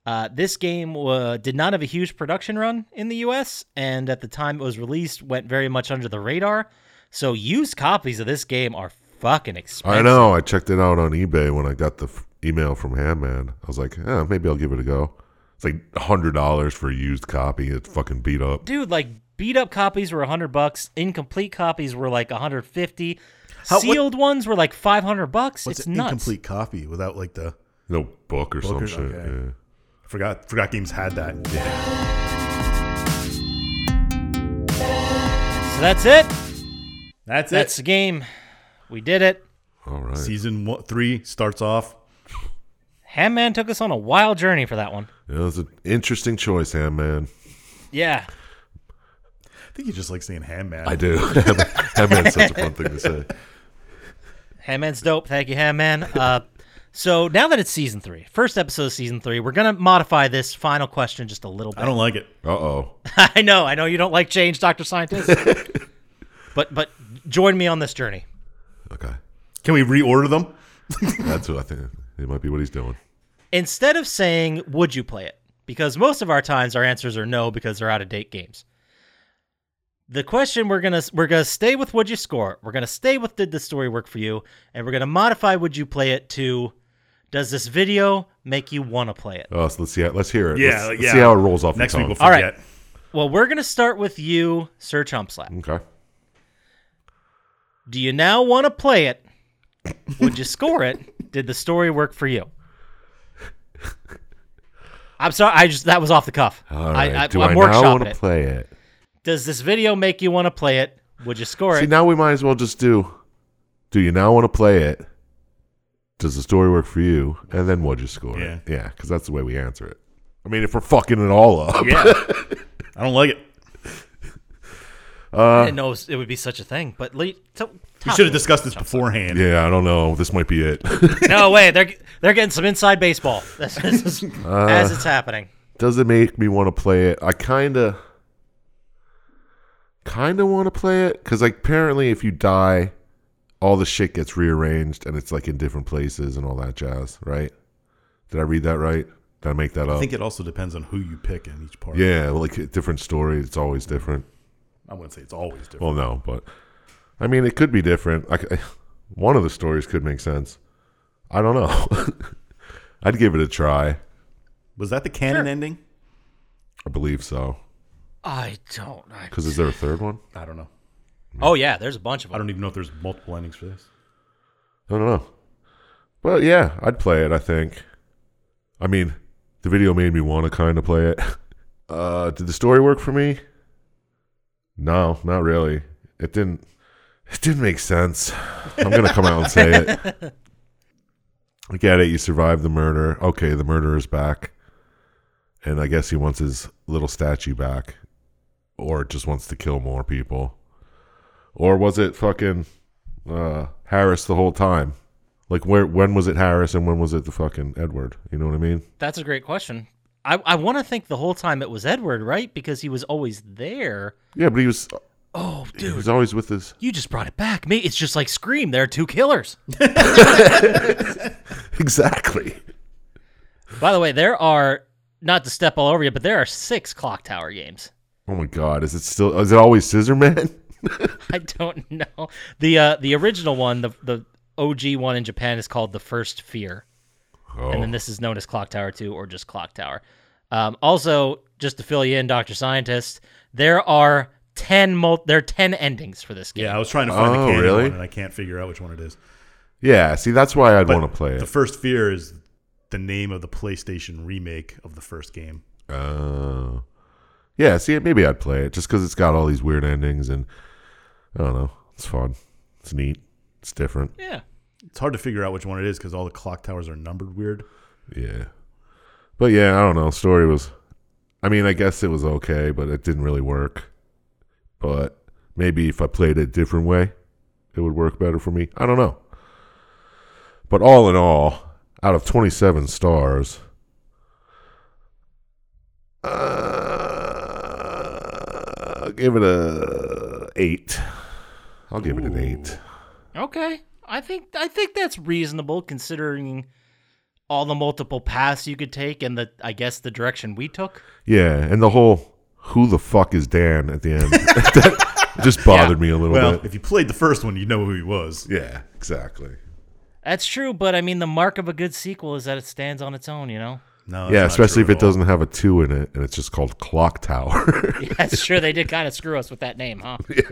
D: uh, this game uh, did not have a huge production run in the U.S. and at the time it was released, went very much under the radar. So, used copies of this game are fucking expensive.
B: I know. I checked it out on eBay when I got the f- email from Hamman. I was like, eh, maybe I'll give it a go. It's like hundred dollars for a used copy. It's fucking beat up.
D: dude. Like beat up copies were hundred bucks. Incomplete copies were like hundred fifty.
C: How- what-
D: Sealed ones were like five hundred bucks.
C: What's
D: It's
C: an
D: nuts.
C: incomplete copy without like the
B: No book or some
C: or-
B: shit.
C: okay.
B: yeah.
C: I forgot forgot games had that.
D: So that's it.
C: That's it.
D: That's the game. We did it.
B: All right.
C: Season one, three starts off.
D: Handman took us on a wild journey for that one.
B: Yeah, that's an interesting choice, Hamman.
D: Yeah.
C: I think you just like saying handman.
B: I do. Hamman's such a fun thing to say.
D: Handman's dope. Thank you, Handman. Uh, so now that it's season three, first episode of season three, we're going to modify this final question just a little
C: I
D: bit.
C: don't like it.
B: Uh oh.
D: I, know. I know you don't like change, Dr. Scientist. but, but join me on this journey.
B: Okay.
C: Can we reorder them?
B: That's what I think. It might be what he's doing.
D: Instead of saying, would you play it? Because most of our times our answers are no because they're out of date games. The question we're gonna we're gonna stay with would you score? it? We're gonna stay with did the story work for you, and we're gonna modify would you play it to does this video make you want to play it?
B: Oh, so let's see. How, let's hear it.
C: Yeah,
B: Let's- let's,
C: yeah.
B: see how it rolls off.
C: Next
B: your
C: week
B: tongue.
C: we'll
D: All right.
C: forget.
D: Well, we're gonna start with you, Sir Chumpslap.
B: Okay.
D: Do you now want to play it? Would you score it? Did the story work for you? I'm sorry, I just that was off the cuff.
B: All right.
D: I, I,
B: Do
D: I'm
B: I now
D: workshopping
B: want to
D: it.
B: play it?
D: Does this video make you want to play it? Would you score
B: See,
D: it?
B: now we might as well just do. Do you now want to play it? Does the story work for you? And then what'd you score?
C: Yeah.
B: it? yeah, because that's the way we answer it. I mean, if we're fucking it all up,
C: Yeah. I don't like it.
D: I didn't know it, was- it would be such a thing, but le- to-
C: We
D: talk
C: should have
D: to me.
C: discussed this beforehand.
B: yeah, I don't know. This might be it.
D: No way, they're they're getting some inside baseball. This, this is as it's happening.
B: Does it make me want to play it? I kind of, kind of want to play it because like, apparently, if you die, all the shit gets rearranged and it's like in different places and all that jazz, right? Did I read that right? Did I make that
C: I
B: up?
C: think it also depends on who you pick in each part.
B: yeah, well, like different story. It's always different.
C: I wouldn't say it's always different.
B: Well, no, but I mean, it could be different. I, c- one of the stories could make sense. I don't know. I'd give it a try.
C: Was that the canon ending?
B: I believe so.
D: I don't. I,
B: Because is there a third one?
C: I don't know.
D: oh yeah, there's a bunch of
C: I
D: them.
C: don't even know if there's multiple endings for this.
B: I don't know. But yeah, I'd play it, I think. I mean, the video made me want to kind of play it. Uh, did the story work for me? No, not really. It didn't it didn't make sense. I'm going to come out and say it. I get it. You survived the murder. Okay, the murderer's back. And I guess he wants his little statue back or just wants to kill more people. Or was it fucking uh, Harris the whole time. Like where when was it Harris and when was it the fucking Edward? You know what I mean?
D: That's a great question. I, I want to think the whole time it was Edward, right? Because he was always there.
B: Yeah, but he was
D: Oh,
B: he
D: dude,
B: was always with his
D: you just brought it back. Me, it's just like Scream. There are two killers.
B: exactly.
D: By the way, there are not to step all over you, but there are six Clock Tower games.
B: Oh my god, is it still is it always Scissor Man?
D: I don't know the uh, the original one, the the OG one in Japan is called the First Fear,
B: Oh,
D: and then this is known as Clock Tower Two or just Clock Tower. Um, also, just to fill you in, Doctor Scientist, there are ten mul- there are ten endings for this game.
C: Yeah, I was trying to find the
B: Oh,
C: canon
B: really?
C: one and I can't figure out which one it is.
B: yeah, see that's why I'd
C: But
B: want to play
C: The
B: it.
C: first fear is the name of the PlayStation remake of the first game.
B: Oh. yeah, see maybe I'd play it just cuz it's got all these weird endings and I don't know. It's fun. It's neat. It's different.
D: yeah.
C: It's hard to figure out which one it is because all the clock towers are numbered weird.
B: Yeah. But yeah, I don't know. Story was I mean, I guess it was okay, but it didn't really work. But maybe if I played it a different way, it would work better for me. I don't know. But all in all, out of 27 stars, uh, I'll give it a 8. I'll give it an 8.
D: Okay. I think I think that's reasonable considering all the multiple paths you could take and the I guess the direction we took.
B: Yeah, and the whole who the fuck is Dan at the end That just bothered me a little
C: Well,
B: bit.
C: if you played the first one, you'd know who he was.
B: Yeah, exactly.
D: That's true, but I mean the mark of a good sequel is that it stands on its own, you know?
C: No, that's
B: yeah,
C: not
B: especially if
C: true
B: it
C: at all.
B: doesn't have a two in it and it's just called Clock Tower.
D: That's true. They did kind of screw us with that name, huh? Yeah.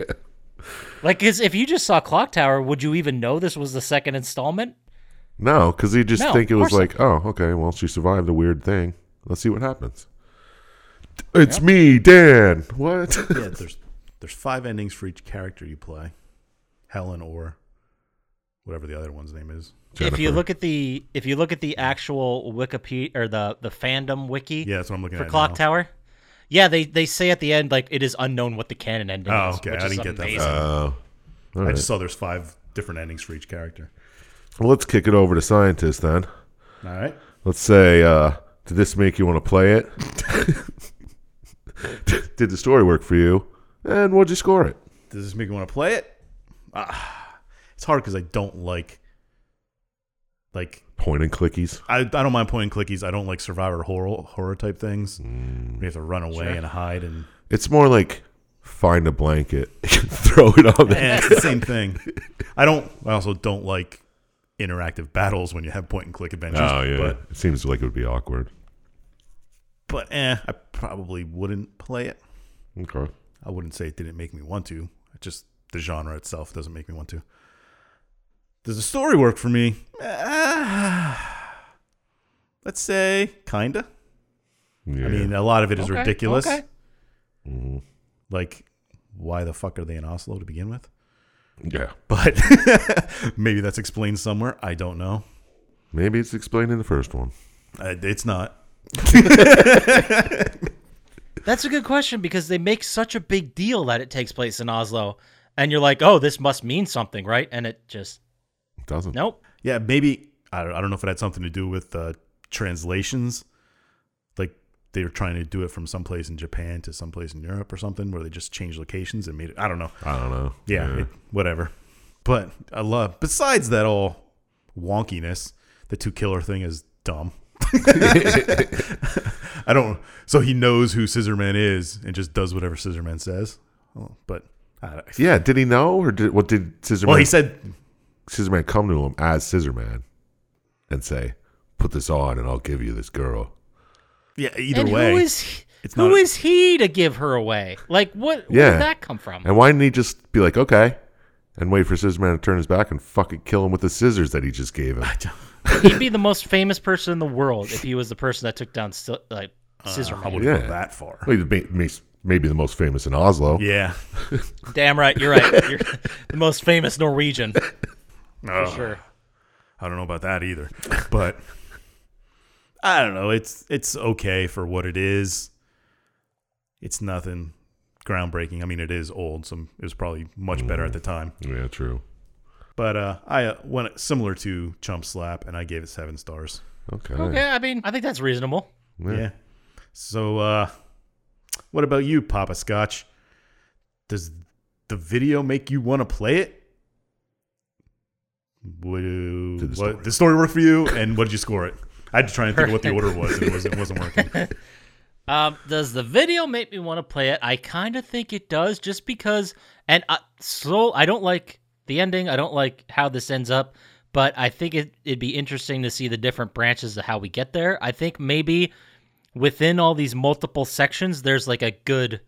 D: Like, 'cause if you just saw Clock Tower, would you even know this was the second installment?
B: no, because you just
D: No,
B: think it
D: of
B: was
D: course
B: like, oh, okay, well, she survived a weird thing. Let's see what happens. It's me, Dan. What?
C: Yeah, there's there's five endings for each character you play, Helen or whatever the other one's name is.
D: If you
B: Jennifer.
D: look at the if you look at the actual Wikipedia or the the fandom wiki
C: Yeah, that's what I'm looking
D: for
C: at.
D: Clock
C: now.
D: Tower, yeah, they they say at the end like it is unknown what the canon ending
C: Oh,
D: is.
C: okay,
D: which
C: I
D: is
C: didn't get that.
D: amazing.
B: Oh. all
C: I
B: right.
C: just saw there's five different endings for each character.
B: Well, let's kick it over to scientists then.
C: All right.
B: Let's say, uh, did this make you want to play it? did the story work for you? And what'd you score it?
C: Does this make me want to play it? Ah, it's hard because I don't like like
B: Point and clickies.
C: I, I don't mind point and clickies. I don't like survivor horror horror type things. We have to run away and hide and
B: It's more like find a blanket, throw it on there.
C: Yeah, it's the same thing. I don't. I also don't like interactive battles when you have point and click adventures. But,
B: Oh, it seems like it would be awkward.
C: but eh, I probably wouldn't play it.
B: Okay.
C: I wouldn't say it didn't make me want to. I just the genre itself doesn't make me want to. Does the story work for me? Ah, let's say kinda.
B: Yeah.
C: I mean, a lot of it is
D: Okay,
C: ridiculous.
D: okay.
C: Like, why the fuck are they in Oslo to begin with?
B: yeah.
C: But maybe that's explained somewhere. I don't know.
B: Maybe it's explained in the first one.
C: Uh, It's not.
D: That's a good question because they make such a big deal that it takes place in Oslo, and you're like, oh, this must mean something, right? And it just
B: It doesn't.
D: nope.
C: Yeah, maybe I don't, I don't know if it had something to do with uh, translations. Like they were trying to do it from someplace in Japan to someplace in Europe or something, where they just changed locations and made it. I don't know.
B: I don't know.
C: Yeah, it- whatever. But I love. Besides that all wonkiness, the two killer thing is dumb. I don't. So he knows who Scissorman is and just does whatever Scissorman says. Oh, but I,
B: Yeah, Did he know, or did what did Scissorman?
C: well, he said
B: Scissorman come to him as Scissorman, and say, "Put this on, and I'll give you this girl."
C: yeah. Either
D: and
C: way,
D: who is he,
C: it's
D: who
C: not-
D: is he to give her away? Like, what? Where
B: Yeah.
D: did that come from?
B: And why didn't he just be like, "Okay," and wait for Scissorman to turn his back and fucking kill him with the scissors that he just gave him?
D: He'd be the most famous person in the world if he was the person that took down Sci- like Scissor.
C: Uh, I
D: Man.
C: wouldn't
B: Yeah.
C: go that far.
B: Well, he's ma- ma- maybe the most famous in Oslo.
C: Yeah.
D: Damn right, you're right. You're the most famous Norwegian for sure.
C: I don't know about that either, but I don't know. It's it's okay for what it is. It's nothing groundbreaking. I mean, it is old, so it was probably much better at the time.
B: Yeah, true.
C: But uh, I uh, went similar to Chump Slap, and I gave it seven stars.
B: Okay.
D: Okay, I mean, I think that's reasonable.
B: Yeah.
C: Yeah. So, uh, what about you, Papa Scotch? Does the video make you want to play it? What,
B: Did
C: the,
B: the
C: what,
B: story.
C: the story work for you, and what did you score it? I had to try and think of what the order was, and it wasn't, it wasn't working.
D: Um, does the video make me want to play it? I kind of think it does, just because. And I, so I don't like the ending. I don't like how this ends up. But I think it, it'd be interesting to see the different branches of how we get there. I think maybe within all these multiple sections, there's like a good,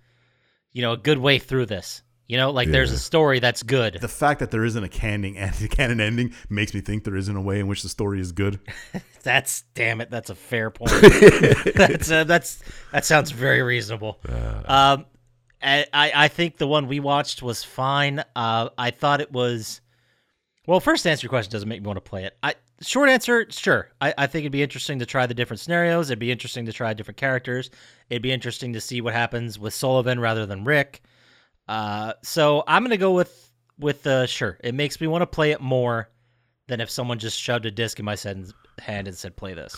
D: you know, a good way through this. You know, like there's a story that's good.
C: The fact that there isn't a canon, canon ending makes me think there isn't a way in which the story is good.
D: That's damn it. That's a fair point. that's uh, that's that sounds very reasonable. Um, I I I think the one we watched was fine. Uh, I thought it was. Well, first to answer your question doesn't make me want to play it. I short answer, sure. I, I think it'd be interesting to try the different scenarios. It'd be interesting to try different characters. It'd be interesting to see what happens with Sullivan rather than Rick. Uh, so I'm gonna go with with uh, sure. It makes me want to play it more than if someone just shoved a disc in my sen- hand and said, "Play this."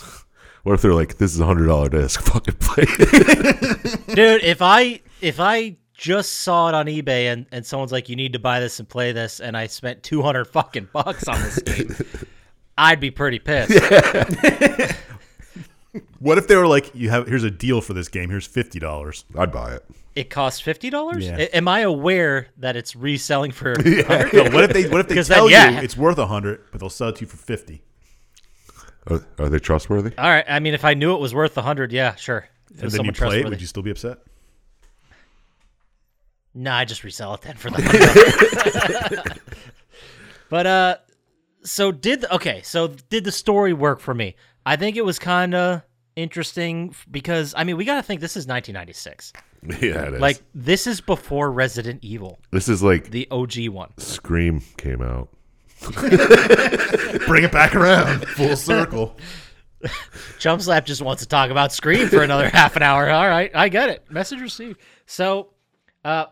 B: What if they're like, "This is a hundred dollar disc. Fucking play it."
D: dude if i if i just saw it on ebay and, and someone's like you need to buy this and play this and i spent 200 fucking bucks on this game i'd be pretty pissed
C: What if they were like, "You have here's a deal for this game. Here's fifty dollars."
B: I'd buy it."
D: it costs $50
C: Yeah.
D: A- am i aware that it's reselling for
C: No, what if they what if they
D: 'Cause then,
C: tell you
D: yeah.
C: it's worth a hundred, but they'll sell it to you for fifty?
B: Are, are they trustworthy?
D: all right i mean if i knew it was worth 100 yeah sure If it
C: And then you
D: was someone
C: play it,
D: trustworthy.
C: would you still be upset?
D: Nah, I just resell it then for that. but uh, so did the, okay. So did the story work for me? I think it was kind of interesting f- because I mean we got to think this is 1996.
B: yeah, it is.
D: Like this is before Resident Evil,
B: this is like
D: the OG one.
B: Scream came out.
C: Bring it back around, full circle.
D: Jump Slap just wants to talk about Scream for another half an hour. All right, I get it. Message received. So, uh,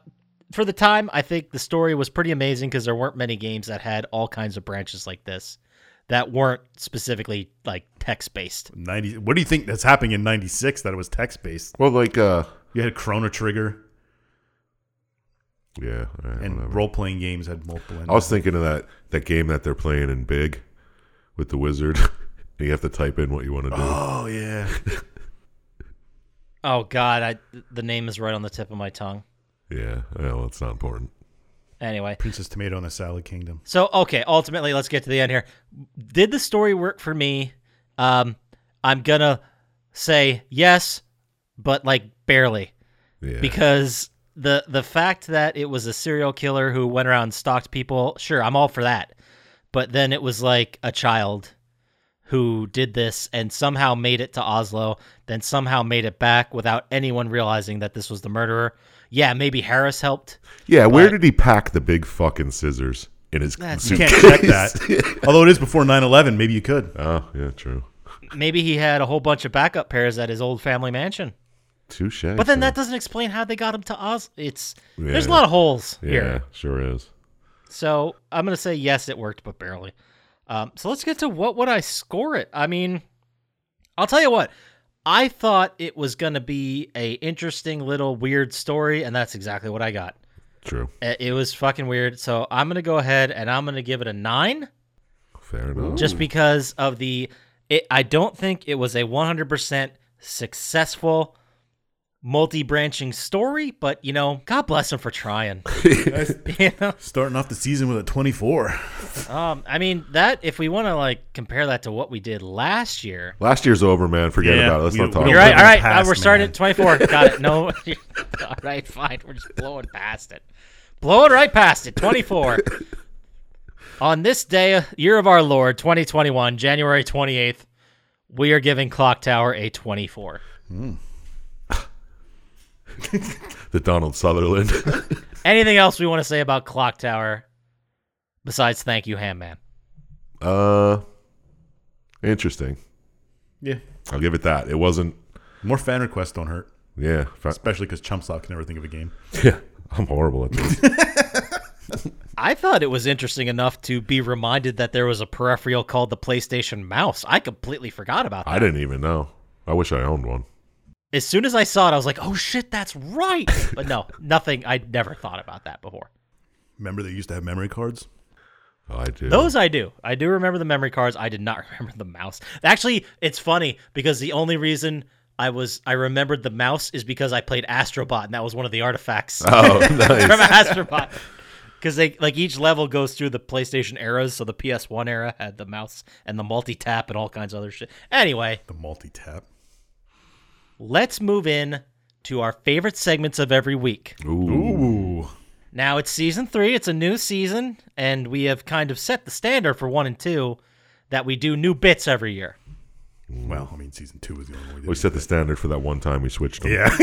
D: for the time, I think the story was pretty amazing because there weren't many games that had all kinds of branches like this that weren't specifically like text based.
C: 90 what do you think that's happening in 96 that it was text based
B: Well, like, uh,
C: you had chrono trigger
B: yeah, all right,
C: and
B: whatever.
C: role playing games had multiple endings.
B: I was thinking of that that game that they're playing in Big with the wizard, and you have to type in what you want to do.
C: oh yeah
D: Oh God, I the name is right on the tip of my tongue.
B: Yeah, well, it's not important.
D: Anyway,
C: princess tomato and the salad kingdom
D: So okay, ultimately, let's get to the end here. Did the story work for me? Um, I'm gonna say yes, but like barely
B: Yeah,
D: because the the fact that it was a serial killer who went around and stalked people, sure, I'm all for that. But then it was like a child who did this and somehow made it to Oslo, then somehow made it back without anyone realizing that this was the murderer. Yeah, maybe Harris helped.
B: Yeah, where
D: But-
B: did he pack the big fucking scissors in his
D: That's-
C: You
B: suitcase?
C: can't check that. Although it is before 9 11, maybe you could.
B: Oh, yeah, true.
D: Maybe he had a whole bunch of backup pairs at his old family mansion.
B: Touche.
D: But then that doesn't explain how they got him to Oslo. It's there's a
B: Yeah.
D: lot of holes
B: yeah,
D: here.
B: sure is.
D: So I'm gonna say yes, it worked, but barely. Um, so let's get to what would I score it? I mean, I'll tell you what. I thought it was gonna be a interesting little weird story, and that's exactly what I got.
B: True.
D: I- It was fucking weird. So I'm gonna go ahead and I'm gonna give it a nine,
B: Fair enough.
D: just because of the. It, I don't think it was a 100% successful multi-branching story, but you know, God bless him for trying. you know?
C: Starting off the season with a 24.
D: Um, I mean that if we want to like compare that to what we did last year.
B: Last year's over, man. Forget
C: Yeah,
B: about it. Let's
C: we-
B: not talk
C: we-
D: You're
B: about
D: right.
B: it.
D: All right,
C: past,
D: uh, we're starting
C: man.
D: at 24. Got it. No. all right, fine. We're just blowing past it. Blowing right past it. 24. On this day, uh, year of our Lord, 2021, January 28th, we are giving Clock Tower a 24.
B: The Donald Sutherland.
D: Anything else we want to say about Clock Tower besides thank you, Ham Man?
B: uh, interesting.
C: Yeah.
B: I'll give it that. It wasn't.
C: More fan requests don't hurt,
B: Yeah. fa-
C: especially because Chumpsock can never think of a game.
B: yeah. I'm horrible at this.
D: I thought it was interesting enough to be reminded that there was a peripheral called the PlayStation Mouse. I completely forgot about that.
B: I didn't even know. I wish I owned one.
D: As soon as I saw it, I was like, "Oh shit, that's right!" But no, nothing. I never thought about that before.
C: Remember they used to have memory cards?
B: I do.
D: Those I do. I do remember the memory cards. I did not remember the mouse. Actually, it's funny because the only reason I was I remembered the mouse is because I played Astrobot, and that was one of the artifacts
B: Oh, nice.
D: from Astrobot. Because they like each level goes through the PlayStation eras, so the PS1 era had the mouse and the multi tap and all kinds of other shit. Anyway,
C: The multi tap.
D: let's move in to our favorite segments of every week.
B: Ooh.
C: Ooh.
D: Now it's season three. It's a new season, and we have kind of set the standard for one and two that we do new bits every year.
C: Well, I mean, season two was the only one we did.
B: We set the standard for that one time we switched them.
C: yeah.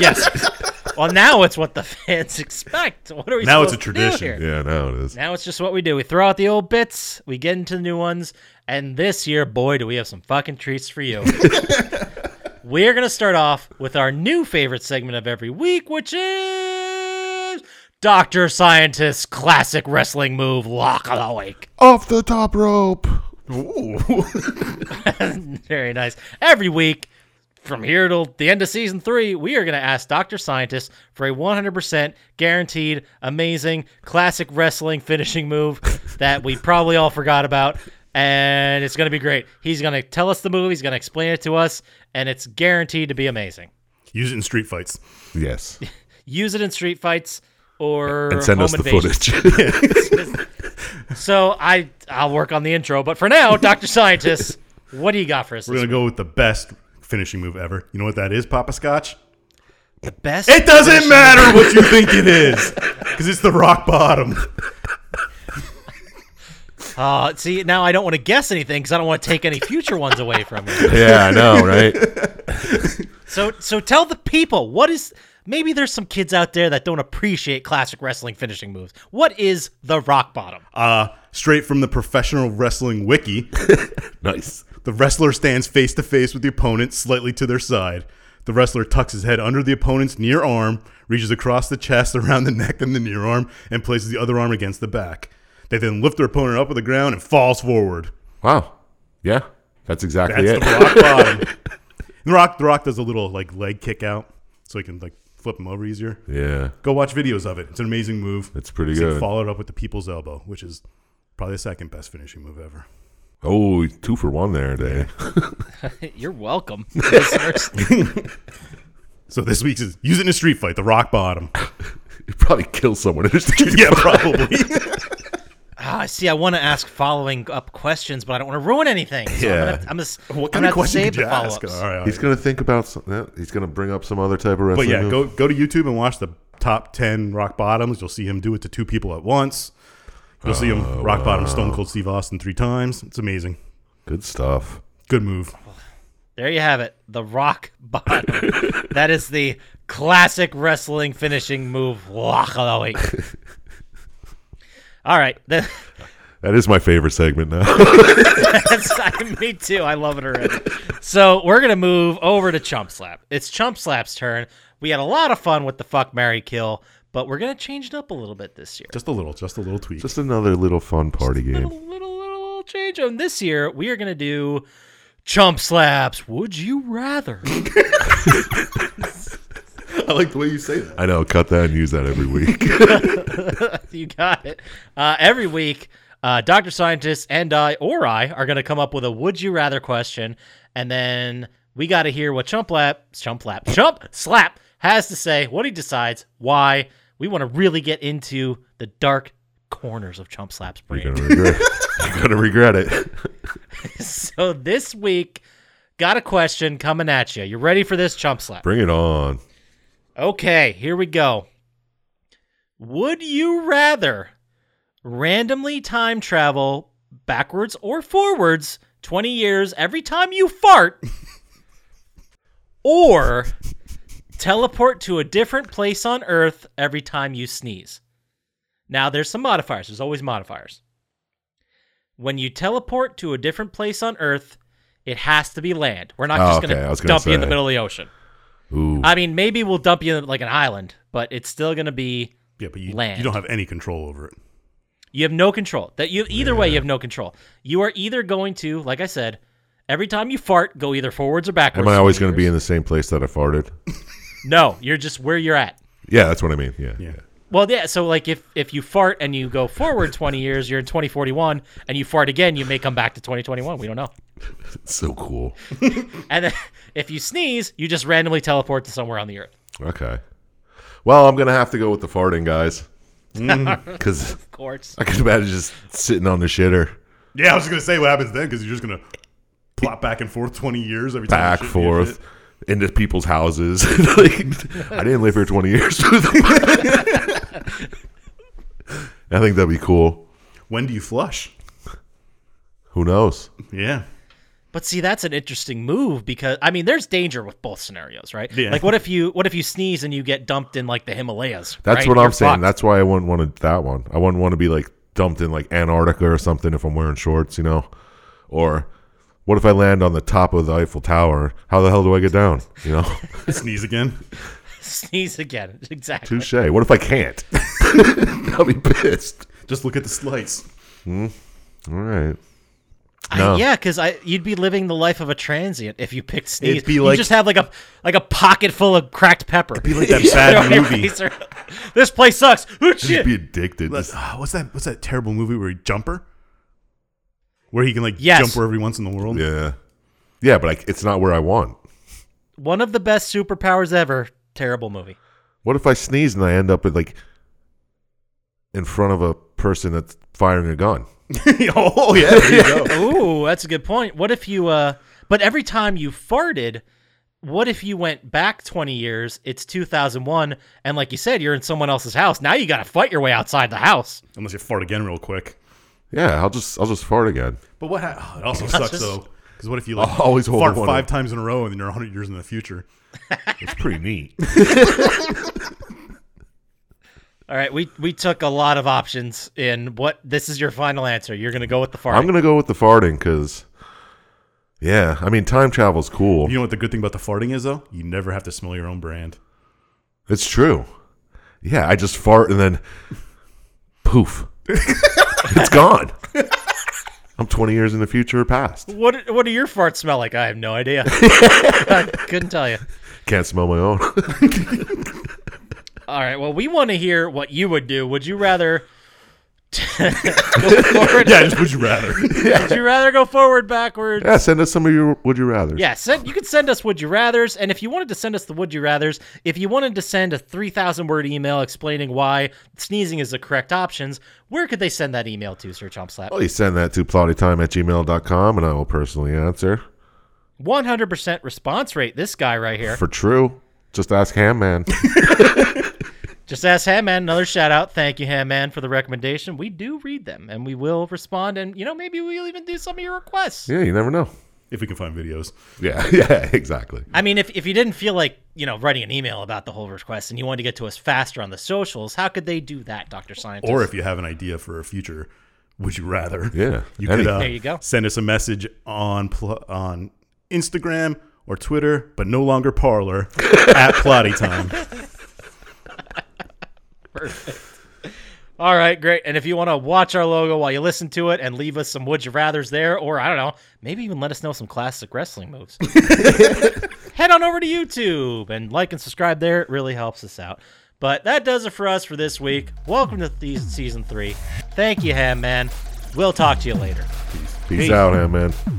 D: yes. Well, now it's what the fans expect. What are we?
C: Now it's
D: supposed
C: a
D: to do
C: tradition.
D: here?
B: Yeah, now it is.
D: Now it's just what we do. We throw out the old bits, we get into the new ones, and this year, boy, do we have some fucking treats for you. We're going to start off with our new favorite segment of every week, which is Dr. Scientist's classic wrestling move, Lock of the Week.
B: Off the top rope.
D: Very nice. Every week, from here till the end of season three, we are going to ask Dr. Scientist for a 100% guaranteed, amazing, classic wrestling finishing move that we probably all forgot about. And it's going to be great. He's going to tell us the move, he's going to explain it to us, and it's guaranteed to be amazing.
C: Use it in street fights.
B: Yes.
D: Use it in street fights or
B: And send
D: home
B: us the
D: invasions.
B: footage.
D: So I I'll work on the intro, but for now, Dr. Scientist, what do you got for us?
C: We're
D: this
C: going to go with the best finishing move ever. You know what that is, Papa Scotch?
D: week? best
C: It doesn't matter what you think it is because it's the rock bottom.
D: Uh, see, now I don't want to guess anything because I don't want to take any future ones away from you.
B: yeah, I know, right?
D: So, so tell the people what is. Maybe there's some kids out there that don't appreciate classic wrestling finishing moves. What is the rock bottom?
C: Uh, straight from the professional wrestling wiki,
B: Nice.
C: the wrestler stands face to face with the opponent slightly to their side. The wrestler tucks his head under the opponent's near arm, reaches across the chest, around the neck, and the near arm, and places the other arm against the back. They then lift their opponent up with the ground and falls forward.
B: Wow. Yeah, that's exactly
C: That's
B: it.
C: the rock bottom. the rock, the rock does a little like leg kick out, so he can like flip him over easier.
B: yeah.
C: Go watch videos of it. It's an amazing move.
B: It's pretty
C: It's like
B: good.
C: Followed up with the people's elbow, which is probably the second best finishing move ever.
B: Oh, two for one there, Dave.
D: You're welcome, listeners.
C: So this week's is use it in a street fight, the rock bottom.
B: You probably kill someone.
C: yeah, probably.
D: Ah, see, I want to ask following up questions, but I don't want to ruin anything. So
B: Yeah.
D: I'm gonna, I'm just.
C: what kind
D: I'm
C: of
D: gonna have to
C: question
D: save
C: could you
D: the
C: ask?
D: follow-ups.
C: All right, all
B: He's
C: right.
B: gonna think about. Some, yeah, he's gonna bring up some other type of wrestling.
C: But yeah,
B: move.
C: go go to YouTube and watch the top 10 rock bottoms. You'll see him do it to two people at once. You'll see him
B: Uh,
C: rock bottom Stone Cold Steve Austin three times. It's amazing.
B: Good stuff.
C: Good move.
D: There you have it. The rock bottom. that is the classic wrestling finishing move. Wachaloi. All right. That-
B: That is my favorite segment now.
D: That's me too. I love it already. So we're gonna move over to Chump Slap. It's Chump Slap's turn. We had a lot of fun with the fuck Mary Kill, but we're gonna change it up a little bit this year.
C: Just a little, just a little tweak.
B: Just another little fun party game.
D: little, little, little, little change. And this year, we are going to do chump slaps. Would you rather?
C: I like the way you say that.
B: I know. Cut that and use that every week.
D: you got it. Uh, every week, uh, Dr. Scientist and I, or I, are going to come up with a would you rather question. And then we got to hear what Chump Lap, Chump Lap, Chump Slap has to say, what he decides, why. We want to really get into the dark corners of Chump Slap's brain.
B: You're gonna regret. You're gonna regret it.
D: So this week, got a question coming at you. You ready for this Chump Slap?
B: Bring it on.
D: Okay, here we go. Would you rather randomly time travel backwards or forwards 20 years every time you fart or teleport to a different place on earth every time you sneeze? Now there's some modifiers. There's always modifiers. When you teleport to a different place on earth, it has to be land. We're not
B: Oh,
D: just
B: okay, I
D: going
B: was
D: to
B: gonna
D: dump you in the
B: say.
D: middle of the ocean.
B: Ooh.
D: I mean, maybe we'll dump you in like an island, but it's still gonna be
C: Yeah, but you,
D: Land.
C: you don't have any control over it.
D: you have no control. That you either way you have no control. You are either going to, like I said, every time you fart, go either forwards or backwards.
B: Am I always gonna be in the same place that I farted?
D: No, you're just where you're at.
B: Yeah, that's what I mean. Yeah.
C: Yeah.
D: Well, yeah. So like, if if you fart and you go forward 20 years, you're in 2041, and you fart again, you may come back to 2021. We don't know.
B: It's so cool.
D: And then if you sneeze, you just randomly teleport to somewhere on the earth.
B: Okay. Well, I'm gonna have to go with the farting guys.
D: Mm.
B: Because
D: Of course.
B: I could imagine just sitting on the shitter,
C: Yeah, I was just gonna say what happens then because you're just gonna plop back and forth twenty years every time.
B: back
C: you shit,
B: forth, into people's houses. like, I didn't live here 20 years. I think that'd be cool.
C: you shit. When do you flush?
B: Who knows?
C: Yeah,
D: But see, that's an interesting move because I mean, there's danger with both scenarios, right?
C: Yeah.
D: Like, what if you what if you sneeze and you get dumped in like the Himalayas?
B: That's
D: right?
B: what
D: You're
B: I'm saying.
D: fucked.
B: That's why I wouldn't want to, that one. I wouldn't want to be like dumped in like Antarctica or something if I'm wearing shorts, you know? Or what if I land on the top of the Eiffel Tower? How the hell do I get down? You know?
C: sneeze again.
D: sneeze again. Exactly.
B: Touche. What if I can't? I'll be pissed.
C: Just look at the slice.
B: All right.
D: I-
B: No.
D: yeah, because I you'd be living the life of a transient if you picked sneeze.
C: It'd be
D: you
C: like-
D: just have like a like a pocket full of cracked pepper.
C: Be like that bad movie.
D: This place sucks. Oh, shit.
B: Just be addicted.
C: Let's- ah, what's that? What's that terrible movie where he jumper? Where he can like
D: Yes.
C: jump wherever he wants in the world.
B: yeah. Yeah, but I, it's not where I want.
D: One of the best superpowers ever. Terrible movie.
B: What if I sneeze and I end up at like in front of a person that's firing a gun?
C: oh yeah, there you go.
D: Ooh, that's a good point. What if you uh but every time you farted, what if you went back 20 years, it's 2001 and like you said you're in someone else's house. Now you got to fight your way outside the house.
C: Unless you fart again real quick.
B: Yeah, I'll just I'll just fart again.
C: But what? Ha- oh, it also sucks
D: just-
C: though. Because what if you like
B: I'll always hold
C: fart
B: one
C: five
B: up.
C: times in a row and then you're 100 years in the future?
B: It's pretty neat.
D: All right, we we took a lot of options in what this is your final answer. You're going to go with the fart.
B: I'm gonna go with the farting because, yeah, I mean time travel's cool.
C: You know what the good thing about the farting is though? You never have to smell your own brand.
B: it's true. Yeah, I just fart and then poof, it's gone. I'm 20 years in the future or past.
D: What what do your farts smell like? I have no idea. I couldn't tell you.
B: Can't smell my own.
D: All right. Well, we want to hear what you would do. Would you rather go forward?
C: Yeah, just would you rather?
D: Would you rather go forward, backwards?
B: yeah, send us some of your would you rather.
D: Yeah, send, you can send us would you rather's, and if you wanted to send us the would you rather's, if you wanted to send a three thousand word email explaining why sneezing is the correct options, where could they send that email to, Sir Chompslap?
B: Please send that to plottytime at gmail.com and I will personally answer.
D: One hundred percent response rate. This guy right here.
B: For true, just ask Ham Man.
D: Just ask Handman. Another shout out. Thank you, Handman, for the recommendation. We do read them, and we will respond. And you know, maybe we'll even do some of your requests.
B: Yeah, you never know.
C: If we can find videos,
B: Yeah, yeah, exactly.
D: I mean, if, if you didn't feel like you know writing an email about the whole request, and you wanted to get to us faster on the socials, how could they do that, Doctor Scientist?
C: or if you have an idea for a future, would you rather?
B: Yeah,
C: you
B: any-
C: could. Uh,
D: There you go.
C: Send us a message on pl- on Instagram or Twitter, but no longer Parlor at Plotty Time.
D: All right, great. And if you want to watch our logo while you listen to it and leave us some would you rather's there, or I don't know, maybe even let us know some classic wrestling moves, head on over to YouTube and like and subscribe there. It really helps us out. But that does it for us for this week. Welcome to the- season three. Thank you, Ham Man. We'll talk to you later.
B: Peace out, man.